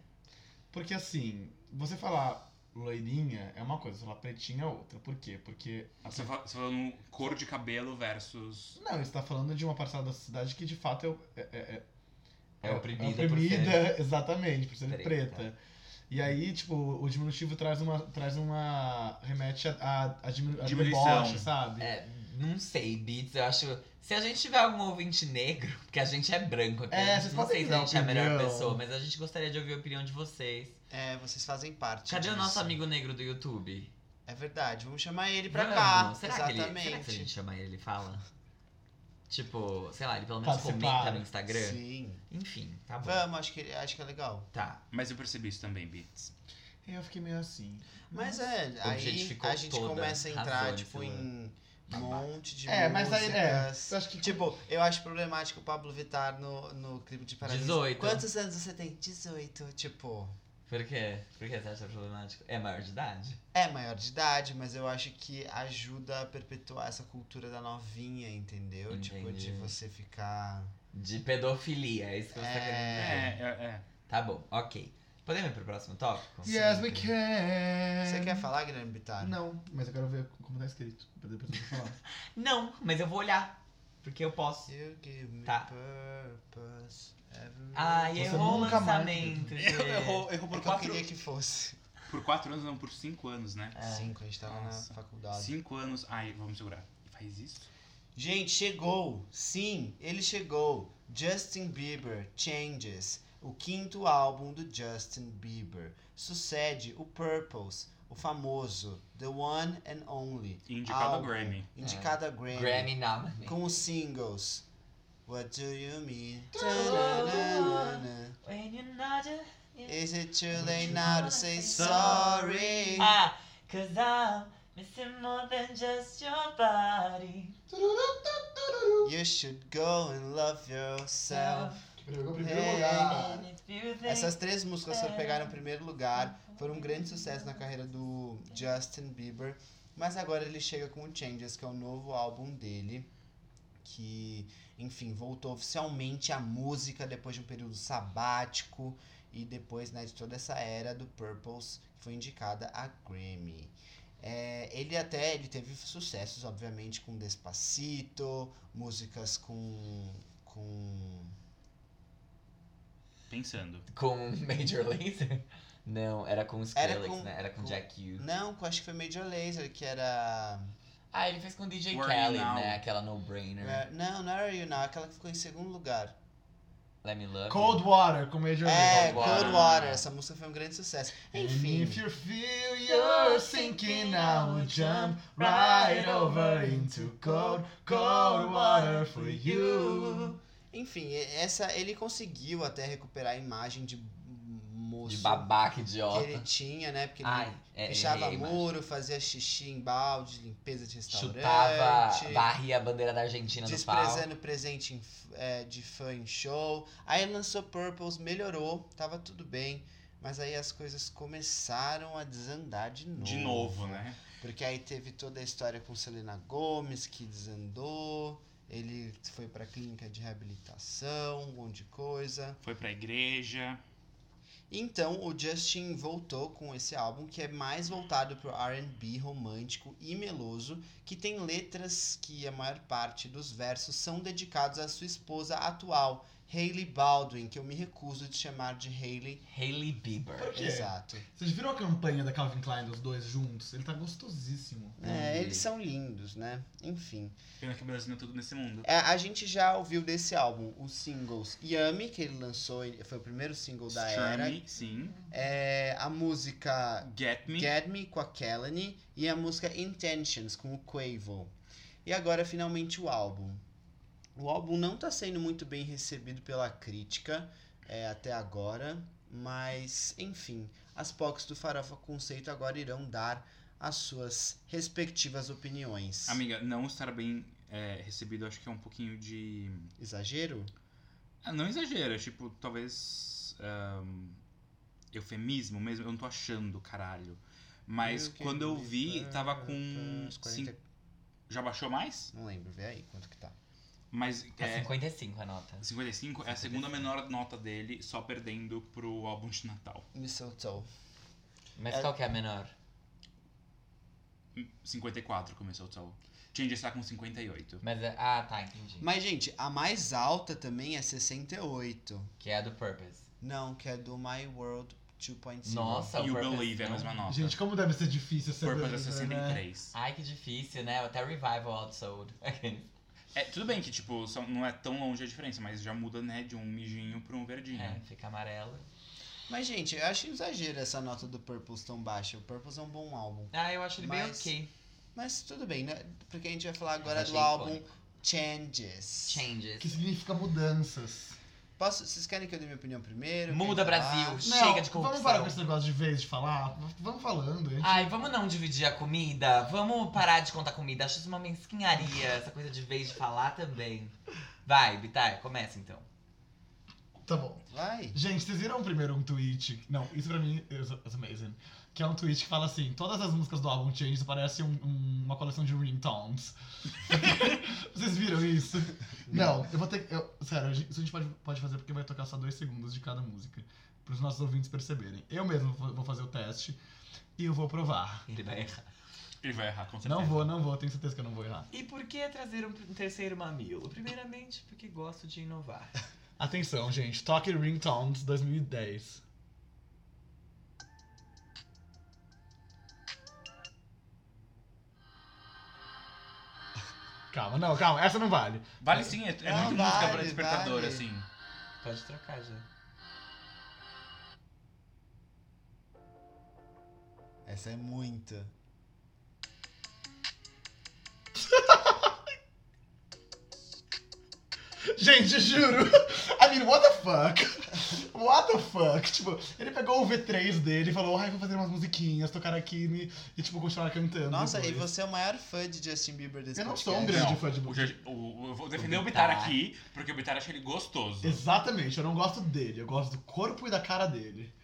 S3: Porque assim, você falar loirinha é uma coisa, você falar pretinha é outra. Por quê? Porque. a
S4: Você
S3: pe-
S4: fala- você falando cor de cabelo versus.
S3: Não, você tá falando de uma parcela da sociedade que de fato é o- é, é, é-
S2: É oprimida por
S3: oprimida, <laughs> exatamente, por ser
S2: preta.
S3: preta. E aí, tipo, o diminutivo traz uma, traz uma remete a, a, a diminu- a
S4: Diminuição.
S3: deboche, sabe?
S2: É, Não sei, Beats, eu acho. Se a gente tiver algum ouvinte negro, porque a gente é branco aqui,
S3: É,
S2: eu
S3: vocês
S2: não
S3: podem
S2: sei se
S3: dar
S2: a gente é a melhor
S3: opinião.
S2: pessoa, mas a gente gostaria de ouvir a opinião de vocês.
S5: É, vocês fazem parte.
S2: Cadê o
S5: disso.
S2: nosso amigo negro do YouTube?
S5: É verdade, vamos chamar ele pra
S2: Vamos.
S5: cá.
S2: Será Que
S5: Exatamente.
S2: ele, é será que se a gente chamar ele, ele fala? Tipo, sei lá, ele pelo menos
S3: Participar.
S2: comenta no Instagram.
S5: Sim.
S2: Enfim, tá bom.
S5: Vamos, acho que, acho que é legal.
S2: Tá.
S4: Mas eu percebi isso também, Beats.
S3: Eu fiquei meio assim.
S5: Mas é, aí
S2: Objetificou
S5: a gente
S2: toda
S5: começa a
S2: razão
S5: entrar,
S2: de
S5: tipo,
S2: ser
S5: em um
S2: babaca.
S5: monte de
S3: É, mas aí. É,
S5: músicas.
S3: eu acho que.
S5: Tipo, eu acho problemático o Pablo Vittar no, no clipe de Paraíso.
S2: 18.
S5: Quantos anos você tem? 18. Tipo,
S2: Por quê? Por que você acha problemático? É maior de idade?
S5: é maior de idade, mas eu acho que ajuda a perpetuar essa cultura da novinha, entendeu? Tipo,
S2: Entendi.
S5: de você ficar.
S2: De pedofilia, é isso que você tá
S5: É.
S4: É,
S2: querendo dizer.
S4: é,
S2: Tá bom, ok. Podemos ir pro próximo tópico?
S3: Yes, we can.
S5: Você quer falar, Guilherme Bittar?
S3: É. Não, mas eu quero ver como tá escrito. Pra depois eu falar.
S2: Não, mas eu vou olhar. Porque eu posso.
S5: You give me
S2: Tá.
S5: purpose. every-
S2: Ai,
S3: Você
S2: errou o
S3: nunca mais-
S2: lançamento.
S5: <laughs> Eu
S2: Gê.
S5: errou, errou porque eu
S4: quatro-
S5: queria É que fosse.
S4: é. Por quatro anos, não, por cinco anos, né?
S2: É.
S5: Cinco, a gente tava
S4: Nossa.
S5: na faculdade.
S4: Cinco anos. Ai, vamos segurar. Faz isso?
S5: Gente, chegou! Sim, ele chegou! Justin Bieber Changes, o quinto álbum do Justin Bieber. Sucede o Purpose, o famoso The One and Only,
S4: Indicado ao
S5: Álbum.
S4: Grammy.
S5: indicado a Grammy,
S2: Grammy nominee.
S5: com os singles What Do You Mean?
S2: When you nod your-
S5: Is it too late now to say
S2: Tá,
S5: sorry?
S2: Ah, cause I'm missing more than just your body.
S5: You should go and love yourself.
S3: Pegou
S5: É.
S3: o <laughs> primeiro lugar.
S2: And if you think-
S5: Essas três músicas foram pegaram o primeiro lugar, foram um grande sucesso na carreira do Justin Bieber, mas agora ele chega com o Changes, que é o novo álbum dele, que, enfim, voltou oficialmente à música depois de um período sabático e depois né, de toda essa era do Purples, que foi indicada a Grammy. É, ele até ele teve sucessos, obviamente, com Despacito, músicas com. com
S4: Pensando.
S2: Com Major Lazer? <laughs> Não, era com Skrillex,
S5: com-
S2: né? Era com,
S5: com-
S2: Jack U.
S5: Não, que eu acho que foi Major Laser, que era.
S2: Ah, ele fez com DJ
S4: Where
S2: Kelly,
S4: You Now.
S2: né? Aquela no-brainer.
S5: Where- É, Não, não era You Now, aquela que ficou em segundo lugar.
S2: Let me love.
S3: Cold
S2: You.
S3: Water, com Major
S5: É,
S3: Lazer.
S4: Cold
S5: Cold Water. Essa música foi um grande sucesso.
S2: É
S3: And
S5: Enfim.
S3: If you feel you're sinking, I will jump right over into cold, cold water for you.
S5: Enfim, e- essa, ele conseguiu até recuperar a imagem de moço
S2: De babaca
S5: que
S2: idiota.
S5: ele tinha, né? Porque ele
S2: Ai, é,
S5: fechava
S2: errei, mas
S5: muro, fazia xixi em balde, limpeza de restaurante.
S2: Chutava, varria a bandeira da Argentina do pau.
S5: desprezando presente em f- é, de fã em show. Aí lançou Purples, melhorou, tava tudo bem. Mas aí as coisas começaram a desandar de novo.
S4: De novo, né?
S5: Porque aí teve toda a história com Selena Gomes, que desandou. Ele foi pra clínica de reabilitação, um monte de coisa.
S4: Foi pra igreja.
S5: Então o Justin voltou com esse álbum que é mais voltado pro R&B romântico e meloso, que tem letras que a maior parte dos versos são dedicados à sua esposa atual, Hailey Baldwin, que eu me recuso de chamar de Hailey.
S2: Hailey Bieber.
S3: Por quê?
S5: Exato.
S3: Vocês viram a campanha da Calvin Klein dos dois juntos? Ele tá gostosíssimo.
S5: É, eles são lindos, né? Enfim.
S4: Pena que o Brasil não é tudo nesse mundo.
S5: É, a gente já ouviu desse álbum os singles Yummy, que ele lançou, ele- foi o primeiro single da
S4: Charm
S5: era.
S4: Me, sim.
S5: É, a música
S4: Get Me.
S5: Get Me com a Kelly e a música Intentions com o Quavo. E agora finalmente o álbum. O álbum não tá sendo muito bem recebido pela crítica é, até agora, mas enfim, as POCs do Farofa Conceito agora irão dar as suas respectivas opiniões.
S4: Amiga, não estar bem é, recebido, acho que é um pouquinho de.
S5: Exagero?
S4: Ah, não exagera, tipo, talvez. ahn, eufemismo mesmo, eu não tô achando, caralho. Mas
S5: You can
S4: quando eu
S5: be
S4: vi, tava com.
S3: tá,
S5: purpose,
S4: cin-
S5: 40
S4: Já baixou mais?
S5: Não lembro, vê aí quanto que tá.
S4: Mas
S2: Tá
S4: é,
S2: 55 a nota.
S4: 55 é a segunda menor nota dele, só perdendo pro álbum de Natal.
S5: Mistletoe.
S2: Mas
S5: É-
S2: qual que é a menor?
S4: 54 começou o Soul. Change está com 58.
S2: Mas, é- ah, tá, entendi.
S5: Mas, gente, a mais alta também é 68.
S2: Que é a do Purpose.
S5: Não, que é do My World 2.0.
S2: Nossa,
S4: E o
S2: Purpose
S4: Believe é a
S2: não.
S4: mesma nota.
S3: Gente, como deve ser difícil ser
S4: Purpose é
S3: believer, né?
S4: 63.
S2: Ai, que difícil, né? Até Revival outsold. <laughs>
S4: É, tudo bem que, tipo, são- não é tão longe a diferença, mas já muda, né, de um mijinho pra um verdinho.
S2: É, fica amarelo.
S5: Mas, gente, eu acho exagero essa nota do Purples tão baixa. O Purples é um bom álbum.
S2: Ah, eu acho ele bem
S5: Mas-
S2: ok.
S5: Mas tudo bem, né? Porque a gente vai falar
S2: Mas
S5: agora
S2: achei
S5: do álbum
S2: icônico.
S5: Changes.
S2: Changes.
S3: Que significa mudanças.
S5: Posso, vocês querem que eu dê minha opinião primeiro?
S2: Muda,
S5: Querem falar?
S2: Brasil. Chega de
S3: Vamos
S2: corrupção. Ah.
S3: parar com esse negócio de vez de falar? V- Vamos falando, hein?
S2: Ai, vamos não dividir a comida? Vamos parar de contar comida. Acho isso uma mesquinharia, essa coisa de vez de falar também. Vai, Bitar, começa então.
S3: Tá bom.
S5: Vai.
S3: Gente, vocês viram primeiro um tweet? Não, isso pra mim is is amazing. Que é um tweet que fala assim: todas as músicas do álbum Change parecem um- um- uma coleção de ringtones. <laughs> vocês viram isso? Não, eu vou ter que. eu- sério, a gente- isso a gente pode, pode fazer porque vai tocar só dois segundos de cada música. Pros nossos ouvintes perceberem. Eu mesmo vou vou fazer o teste e eu vou provar.
S2: Ele vai errar.
S4: Ele vai errar, com certeza.
S3: Não vou, não vou, tenho certeza que eu não vou errar.
S2: E por que trazer um pr- um terceiro mamilo? Primeiramente, porque gosto de inovar.
S3: Atenção, gente, toque ringtones 2010. Calma, não, calma, essa não vale.
S4: Vale sim, é, é
S5: Não,
S4: muito música pra
S5: vale,
S4: despertador,
S5: vale.
S4: assim.
S2: Pode trocar já.
S5: Essa é muito.
S3: Gente, juro. I mean, what the fuck? What the fuck? Tipo, ele pegou o V3 dele e falou, ai, vou fazer umas musiquinhas, tocar aqui me- e, tipo, continuar cantando.
S5: Nossa, e
S3: depois.
S5: você é o maior fã de Justin Bieber desse
S3: Eu não
S5: podcast.
S3: sou um grande
S4: Não,
S3: fã de
S4: O
S3: música.
S4: Jorge- o- eu vou defender o
S2: O
S4: Bitar
S2: Bitar.
S4: aqui, porque o Bitar acha ele gostoso.
S3: Exatamente, eu não gosto dele, eu gosto do corpo e da cara dele.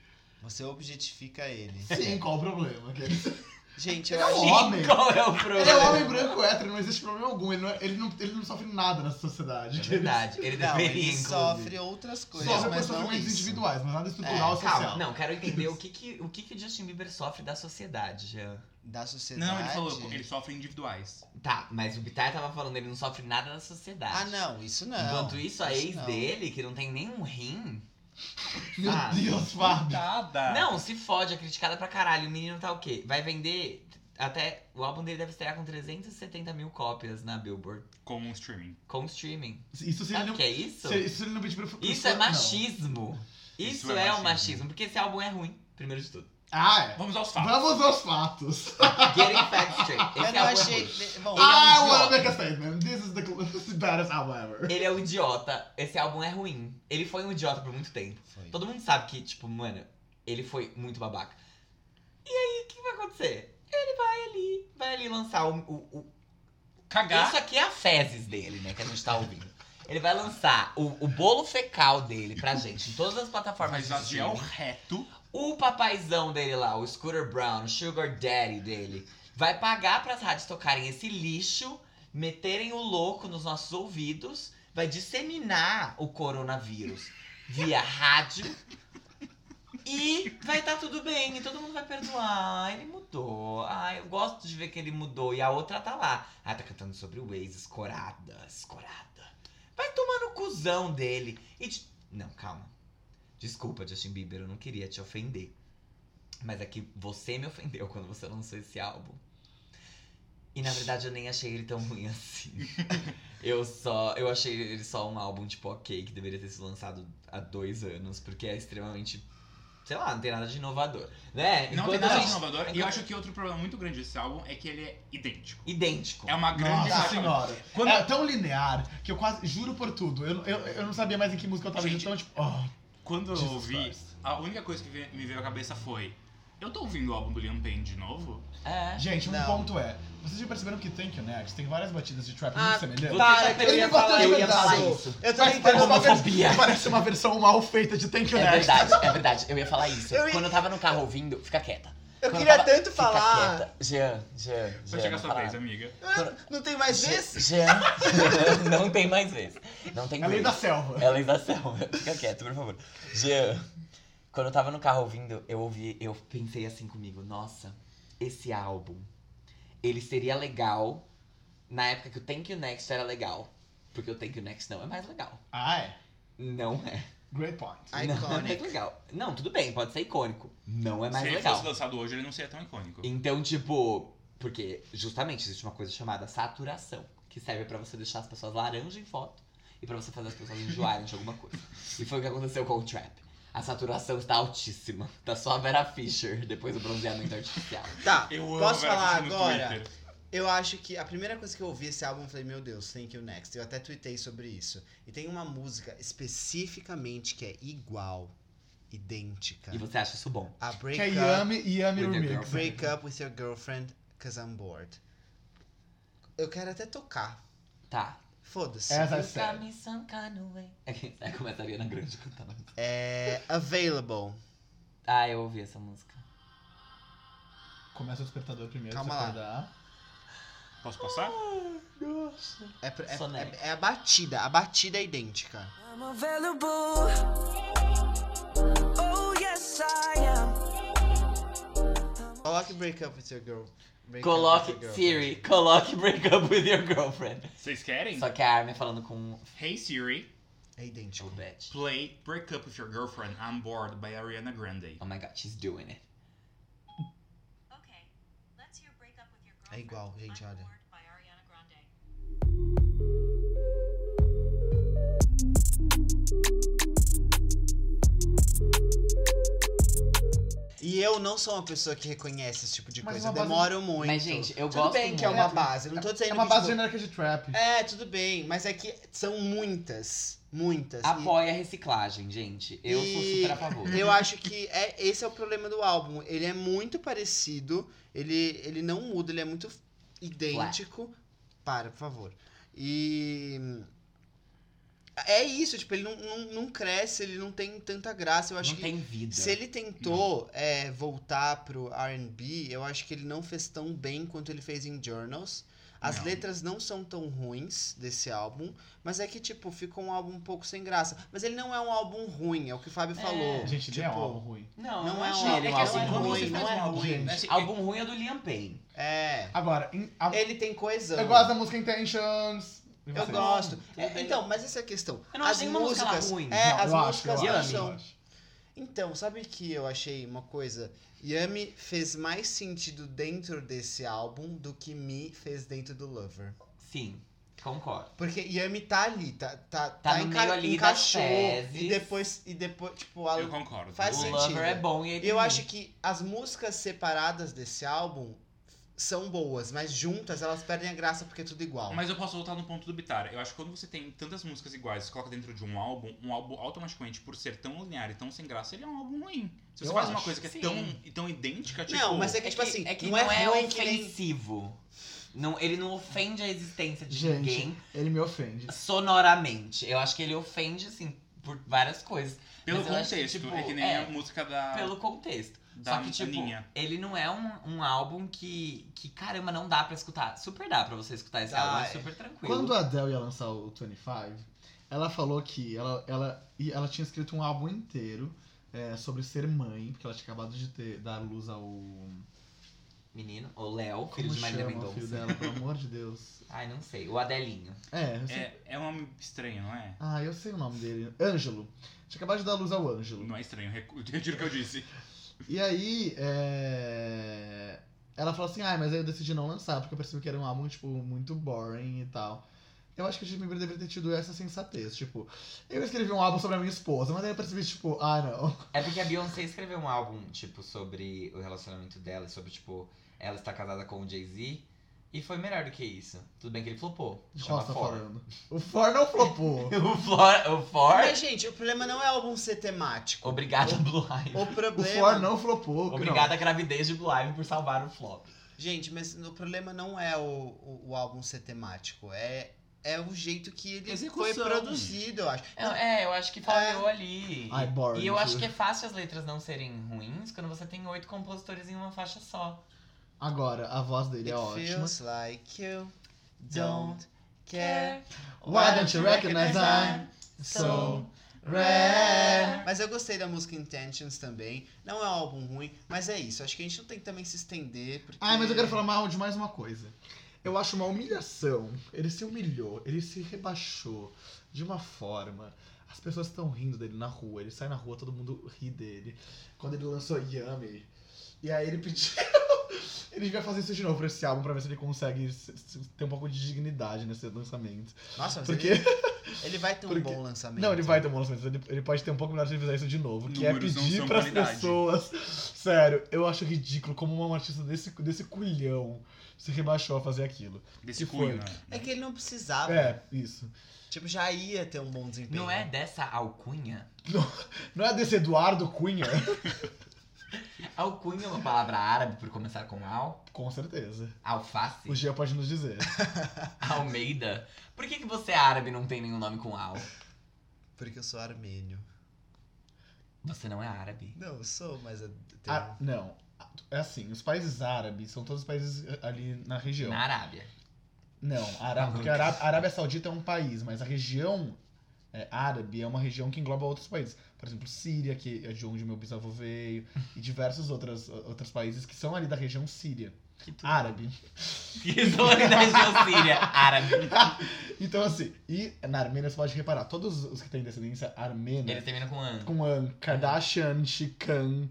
S5: Você objetifica ele.
S3: Sim, qual o problema? Que- é
S5: Gente,
S3: Ele
S5: eu
S3: é um
S5: acho.
S3: homem.
S2: Qual é o problema?
S3: Ele é um homem branco hétero, não existe problema algum. Ele não, é- ele não, ele não sofre nada nessa sociedade.
S2: É verdade, ele é
S5: Não,
S2: deveria,
S5: ele
S2: inclusive.
S5: sofre outras coisas,
S3: Sofre por
S5: mas não
S3: sofrimentos
S5: isso.
S3: individuais, mas nada estrutural
S5: É,
S3: ou social.
S2: um Calma, não, quero entender o que que, o que que o Justin Bieber sofre da sociedade, Jean.
S5: Da sociedade.
S4: Não, ele falou, ele sofre individuais.
S2: Tá, mas o Bitar tava falando, ele não sofre nada da sociedade.
S5: Ah, não, isso não.
S2: Enquanto isso, a ex
S5: não.
S2: dele, que não tem nenhum rim.
S3: Meu
S2: Ah.
S3: Deus, Fábio.
S4: Nada!
S2: Não, se fode, é criticada pra caralho. O menino tá o quê? Vai vender. Até. O álbum dele deve estrear com 370 mil cópias na Billboard.
S4: Com um streaming.
S2: Com streaming.
S3: Isso se ele
S2: Sabe
S3: não,
S2: o que é isso?
S3: se, isso se ele não pedir pra pro
S2: Isso
S3: fã,
S2: é
S3: não.
S2: machismo.
S4: Isso
S2: Isso,
S4: é
S2: é, o
S4: machismo.
S2: machismo, porque esse álbum é ruim, primeiro de tudo.
S3: Ah, é.
S4: Vamos aos fatos.
S3: Vamos aos fatos. Ah,
S2: Getting Facts Straight.
S5: Eu
S2: Esse
S5: não
S2: álbum é
S5: achei.
S2: ruim.
S5: Bom,
S2: Ele é um
S3: I
S2: idiota.
S3: wanna make a statement. This is the, this is the baddest album ever.
S2: Ele é um idiota. Esse álbum é ruim. Ele foi um idiota por muito tempo.
S5: Foi.
S2: Todo mundo sabe que, tipo, mano, ele foi muito babaca. E aí, o que vai acontecer? Ele vai ali, vai ali lançar o, o- o-
S4: Cagar.
S2: Isso aqui é a fezes dele, né, que a gente tá ouvindo. Ele vai lançar o, o bolo fecal dele pra gente em todas as
S4: Vai
S2: plataformas de
S4: esvaziar o
S2: streaming.
S4: reto.
S2: O papaizão dele lá, o Scooter Brown, o Sugar Daddy dele, vai pagar pras rádios tocarem esse lixo, meterem o louco nos nossos ouvidos, vai disseminar o coronavírus via rádio e vai tá tudo bem, e todo mundo vai perdoar. Ah, ele mudou. Ah, eu gosto de ver que ele mudou. E a outra tá lá. Ah, tá cantando sobre o ex, escorada, escorada. Vai tomar no cuzão dele. E de- Não, calma. Desculpa, Justin Bieber, eu não queria te ofender. Mas é que você me ofendeu quando você lançou esse álbum. E na verdade eu nem achei ele tão ruim
S4: <laughs>
S2: assim. eu só. Eu achei ele só um álbum tipo ok, que deveria ter sido lançado há dois anos, porque é extremamente. Sei lá, não tem nada de inovador. Né?
S4: Não tem
S2: Enquanto
S4: nada
S2: a
S4: de
S2: gente-
S4: inovador. E eu
S2: enquanto-
S4: acho que outro problema muito grande desse álbum é que ele é idêntico.
S2: Idêntico.
S4: É uma grande
S3: Nossa
S4: faixa-
S3: senhora.
S4: Quando-
S3: É tão linear que eu quase juro por tudo. Eu, eu, eu não sabia mais em que música eu tava.
S4: Gente,
S3: então, tipo, oh,
S4: Quando eu
S3: Jesus
S4: ouvi,
S3: Christ.
S4: a única coisa que ve- me veio à cabeça foi: Eu tô ouvindo o álbum do Liam Payne de novo?
S2: É.
S3: Gente, um
S5: Não.
S3: ponto é. Vocês já perceberam que Thank You Next tem várias batidas de trap
S5: Ah,
S3: muito semelhantes?
S5: tá. Para,
S2: eu
S5: ele
S2: ia
S5: me contou
S2: falar,
S5: de
S2: eu ia falar
S5: verdade.
S2: isso.
S5: Eu tô
S3: Parece, parece, uma
S5: tentando.
S2: homofobia.
S3: versão, parece uma versão mal feita de Thank You
S2: É
S3: Next.
S2: verdade,
S5: <laughs>
S2: é verdade. Eu ia falar isso.
S5: Né? Eu ia-
S2: Quando eu tava no carro ouvindo, fica quieta.
S5: Eu
S2: Quando
S5: queria
S2: tava-
S5: tanto
S2: fica
S5: falar.
S2: quieta. Jean, Jean, Jean.
S4: Vai chegar a
S2: não
S4: sua
S2: fala
S4: vez,
S2: nada.
S4: né? amiga.
S5: Ah, Não tem mais esse?
S2: Jean, Jean, não tem mais vez. Não tem
S3: É lei
S2: vez.
S3: da selva.
S2: É lei da selva. Fica quieto, por favor. Jean, quando eu tava no carro ouvindo, eu ouvi, eu pensei assim comigo, nossa, esse álbum, ele seria legal na época que o Thank You Next era legal. Porque o Thank You Next não é mais legal.
S3: Ah, é.
S2: Não é.
S3: Great point.
S5: Ah,
S2: Não, é <laughs>
S5: Iconic.
S2: legal. Não, tudo bem, pode ser icônico. Não é mais
S4: Se ele
S2: legal.
S4: fosse lançado hoje, ele não seria tão icônico.
S2: Então, tipo, porque justamente existe uma coisa chamada saturação, que serve pra você deixar as pessoas laranja em foto e pra você fazer as pessoas enjoarem de alguma coisa. E foi o que aconteceu com o Trap. A saturação está altíssima. Tá só a Vera Fischer depois do bronzeamento artificial.
S5: Tá,
S4: Eu amo
S5: posso
S4: Vera
S5: falar
S4: Fischer no
S5: agora?
S4: Twitter.
S5: Eu acho que a primeira coisa que eu ouvi esse álbum, eu falei, meu Deus, thank you next. Eu até tuitei sobre isso. E tem uma música especificamente que é igual, idêntica.
S2: E você acha isso bom?
S5: A
S3: Que
S5: Break
S3: é
S5: Up,
S3: Yami e Yami
S2: With the
S3: Remix.
S2: girlfriend.
S5: break up with Your Girlfriend, Cause I'm Bored. Eu quero até tocar.
S2: Tá.
S5: Foda-se.
S3: As I
S2: Nunca
S3: said.
S2: me sancanuei. É que aí começa a Ariana Grande cantando.
S5: É Available.
S2: Ah, eu ouvi essa música.
S3: Começa o despertador primeiro.
S5: Calma
S3: pra você
S5: lá.
S3: acordar.
S4: Posso passar?
S5: É, pr- é-
S2: Soneca.
S5: é- é a batida. A batida é idêntica.
S1: I'm available. Oh, yes, I am.
S5: Coloque Break Up with Your Girl. Break Up With
S2: Coloque,
S5: Your
S2: Siri,
S5: Girlfriend.
S2: coloque Break Up With Your Girlfriend.
S4: Vocês querem?
S2: Só que a Armin falando com
S4: Hey Siri,
S5: É idêntico.
S2: o Beth.
S4: play Break Up With Your Girlfriend, I'm Bored, by Ariana Grande.
S2: Oh my god, she's doing it.
S7: Okay, let's hear Break Up With Your
S5: É
S7: Girlfriend.
S5: igual,
S7: I'm
S5: gente, olha.
S7: Bored by Ariana Grande.
S5: E eu não sou uma pessoa que reconhece esse tipo de
S3: Mas é
S5: coisa.
S3: uma base-
S5: Demoro muito.
S2: Mas, gente, eu
S5: tudo
S2: gosto
S5: bem que é
S2: muito.
S5: uma base. eu Não tô dizendo
S3: É uma
S5: que,
S3: base
S5: tipo,
S3: genérica de trap.
S5: É, tudo bem. Mas é que são muitas. Muitas. e
S2: Apoia a reciclagem, gente. Eu sou
S5: Assim. E-
S2: super a favor.
S5: Eu acho que é, esse é o problema do álbum. Ele é muito parecido. Ele, ele não muda. Ele é muito idêntico. Para, por favor. E... É isso, tipo, ele não, não, não cresce, ele não tem tanta graça. Eu acho
S2: Não
S5: que
S2: tem
S3: Né?
S2: vida.
S5: Se ele tentou é, voltar pro RB, eu acho que ele não fez tão bem quanto ele fez em Journals. As
S4: Não.
S5: letras não são tão ruins desse álbum, mas é que, tipo, ficou um álbum um pouco sem graça. Mas ele não é um álbum ruim, é o que o Fábio falou.
S3: Gente,
S5: tipo,
S3: não é um álbum ruim.
S2: Não,
S5: não é um
S2: achei.
S5: álbum
S2: que
S4: é assim,
S5: não
S4: quando
S5: ruim,
S4: você faz
S5: não é
S4: um álbum,
S5: ruim.
S4: né, assim,
S2: Álbum ruim é do Liam Payne.
S5: É.
S3: Agora, em- a-
S5: Ele tem coesão.
S3: eu gosto da música Intentions. E
S5: Eu
S3: vocês?
S5: gosto.
S2: Tudo
S5: É,
S2: bem.
S5: então, mas essa é a questão.
S2: Eu não acho
S5: as
S2: nenhuma música
S5: músicas,
S2: ruim.
S5: É,
S3: Não,
S5: as
S3: eu acho,
S5: músicas
S3: eu
S5: não
S3: acho, eu
S5: são
S3: acho.
S5: Então, sabe que eu achei uma coisa? Yami fez mais sentido dentro desse álbum do que Me fez dentro do Lover.
S2: Sim, concordo.
S5: Porque Yami tá ali, tá, tá, tá,
S2: no
S5: enca-
S2: meio ali das
S5: encaixou.
S2: teses.
S5: E depois, e depois, tipo, a...
S4: Eu concordo.
S5: Faz
S2: o
S5: sentido.
S2: Lover é bom e ele.
S5: eu acho que as músicas separadas desse álbum são boas, mas juntas elas perdem a graça porque é tudo igual.
S4: Mas eu posso voltar no ponto do Bitar. Eu acho que quando você tem tantas músicas iguais, você coloca dentro de um álbum, um álbum automaticamente, por ser tão linear e tão sem graça, ele é um álbum ruim. Se você
S3: Eu
S4: faz uma
S3: acho,
S4: coisa que
S2: sim.
S4: é tão, tão idêntica, tipo.
S5: Não, mas é que, tipo assim,
S2: é que
S5: não, é ruim que nem...
S2: ofensivo. Não, ele não ofende a existência de
S3: Gente.
S2: ninguém
S3: Ele me ofende.
S2: sonoramente. Eu acho que ele ofende, assim, por várias coisas.
S4: Pelo
S2: mas eu acho que,
S4: contexto,
S2: tipo,
S4: é que nem
S2: é,
S4: a música
S5: Ah,
S4: da,
S2: Pelo contexto.
S4: da
S2: Só que, tipo,
S4: Aninha.
S2: ele não é um, um álbum que, que, caramba, não dá pra escutar. Super dá pra você escutar esse
S5: Dá,
S2: álbum, é
S5: é.
S2: super tranquilo.
S3: Quando a Adele ia lançar o 25, ela falou que ela, ela, e ela tinha escrito um álbum inteiro é, sobre ser mãe, porque ela tinha acabado de ter, dar luz ao.
S2: Menino, o Léo, filho
S3: Como
S2: de Marília
S3: chama o filho
S2: Mendonça.
S3: dela, pelo amor de
S2: <laughs>
S3: Deus.
S2: Ai, não sei, o Adelinho.
S3: É, eu sei.
S4: É, é um nome estranho, não é?
S3: Ah, eu sei o nome dele. Ângelo. Tinha acabado de dar luz ao Ângelo.
S4: Não é estranho, recu- <laughs> eu retiro o que eu disse.
S3: E aí, é... ela falou assim, ah, mas aí eu decidi não lançar, porque eu percebi que era um álbum, tipo, muito boring e tal. Eu acho que a Justin Bieber deveria ter tido essa sensatez, tipo, eu escrevi um álbum sobre a minha esposa, mas aí eu percebi, tipo, ah, não.
S2: É porque a Beyoncé escreveu um álbum, tipo, sobre o relacionamento dela, sobre, tipo, ela está casada com o Jay-Z. E foi melhor do que isso. Tudo bem que ele flopou.
S3: De
S2: Chama
S3: qual você tá
S2: For.
S3: falando? O For
S2: <laughs>
S3: não flopou.
S2: O For. O For.
S5: Mas, gente, o problema não é o álbum ser temático.
S2: Obrigada, Blue Ivy.
S5: O
S3: O
S5: problema...
S3: For não flopou. não.
S2: Obrigada, gravidez de Blue Ivy, por salvar o flop.
S5: Gente, mas o problema não é o, o, o álbum ser temático, é, é o jeito que ele foi
S4: Execução.
S5: produzido, eu acho. Não,
S2: É, eu acho que falhou ali.
S3: Ai, boring.
S2: E eu acho que é fácil as letras não serem ruins quando você tem oito compositores em uma faixa só.
S3: Agora, a voz dele
S5: It
S3: é ótima.
S5: feels like you don't care.
S3: Why don't you recognize I'm so rare?
S5: Mas eu gostei da música Intentions também. Não é um álbum ruim, mas é isso. Acho que a gente não tem que também se estender. Porque...
S3: Ai, mas eu quero falar mal de mais uma coisa. Eu acho uma humilhação. Ele se humilhou, ele se rebaixou de uma forma. As pessoas estão rindo dele na rua. Ele sai na rua, todo mundo ri dele. Quando ele lançou Yummy. E aí ele pediu. <laughs> ele vai fazer isso de novo pra esse álbum pra ver se ele consegue se- se- ter um pouco de dignidade nesse lançamento.
S5: Nossa, mas
S3: Porque.
S5: ele, ele vai ter um
S3: porque-
S5: bom lançamento.
S3: Não, ele vai ter um bom lançamento. Ele, ele pode ter um pouco melhor se ele fizer isso de novo. Que é
S4: Números não
S3: pedir
S4: são
S3: pras
S4: qualidade.
S3: pessoas. Sério, eu acho ridículo como um artista desse, desse culhão se rebaixou a fazer aquilo.
S4: Desse
S3: Que foi?
S4: cunho, né?
S5: É que ele não precisava.
S3: É, isso.
S5: Tipo, já ia ter um bom desempenho.
S2: Não é dessa alcunha?
S3: Não é desse Eduardo Cunha? <laughs>
S2: Alcunha é uma palavra árabe por começar com al,
S3: Com certeza.
S2: alface,
S3: O Gia pode nos dizer.
S2: almeida. Por que, que você é árabe e não tem nenhum nome com al?
S5: Porque eu sou armênio.
S2: Você não é árabe.
S5: Não, eu sou, mas eu tenho...
S3: Ah, não. É assim, os países árabes são todos os países ali na região.
S2: Na Arábia. <laughs>
S3: Não, Arábia, porque a Ará- a Arábia Saudita é um país, mas a região é, árabe é uma região que engloba outros países. Por exemplo, Síria, que é de onde meu bisavô veio, e diversos outras, outros países que são ali da região síria. Árabe.
S2: Islâmicas da Síria, né, árabe.
S3: então, assim, e na Armênia você pode reparar, todos os que têm descendência armênia,
S2: Eles terminam com an.
S3: com An, Kardashian, Chican,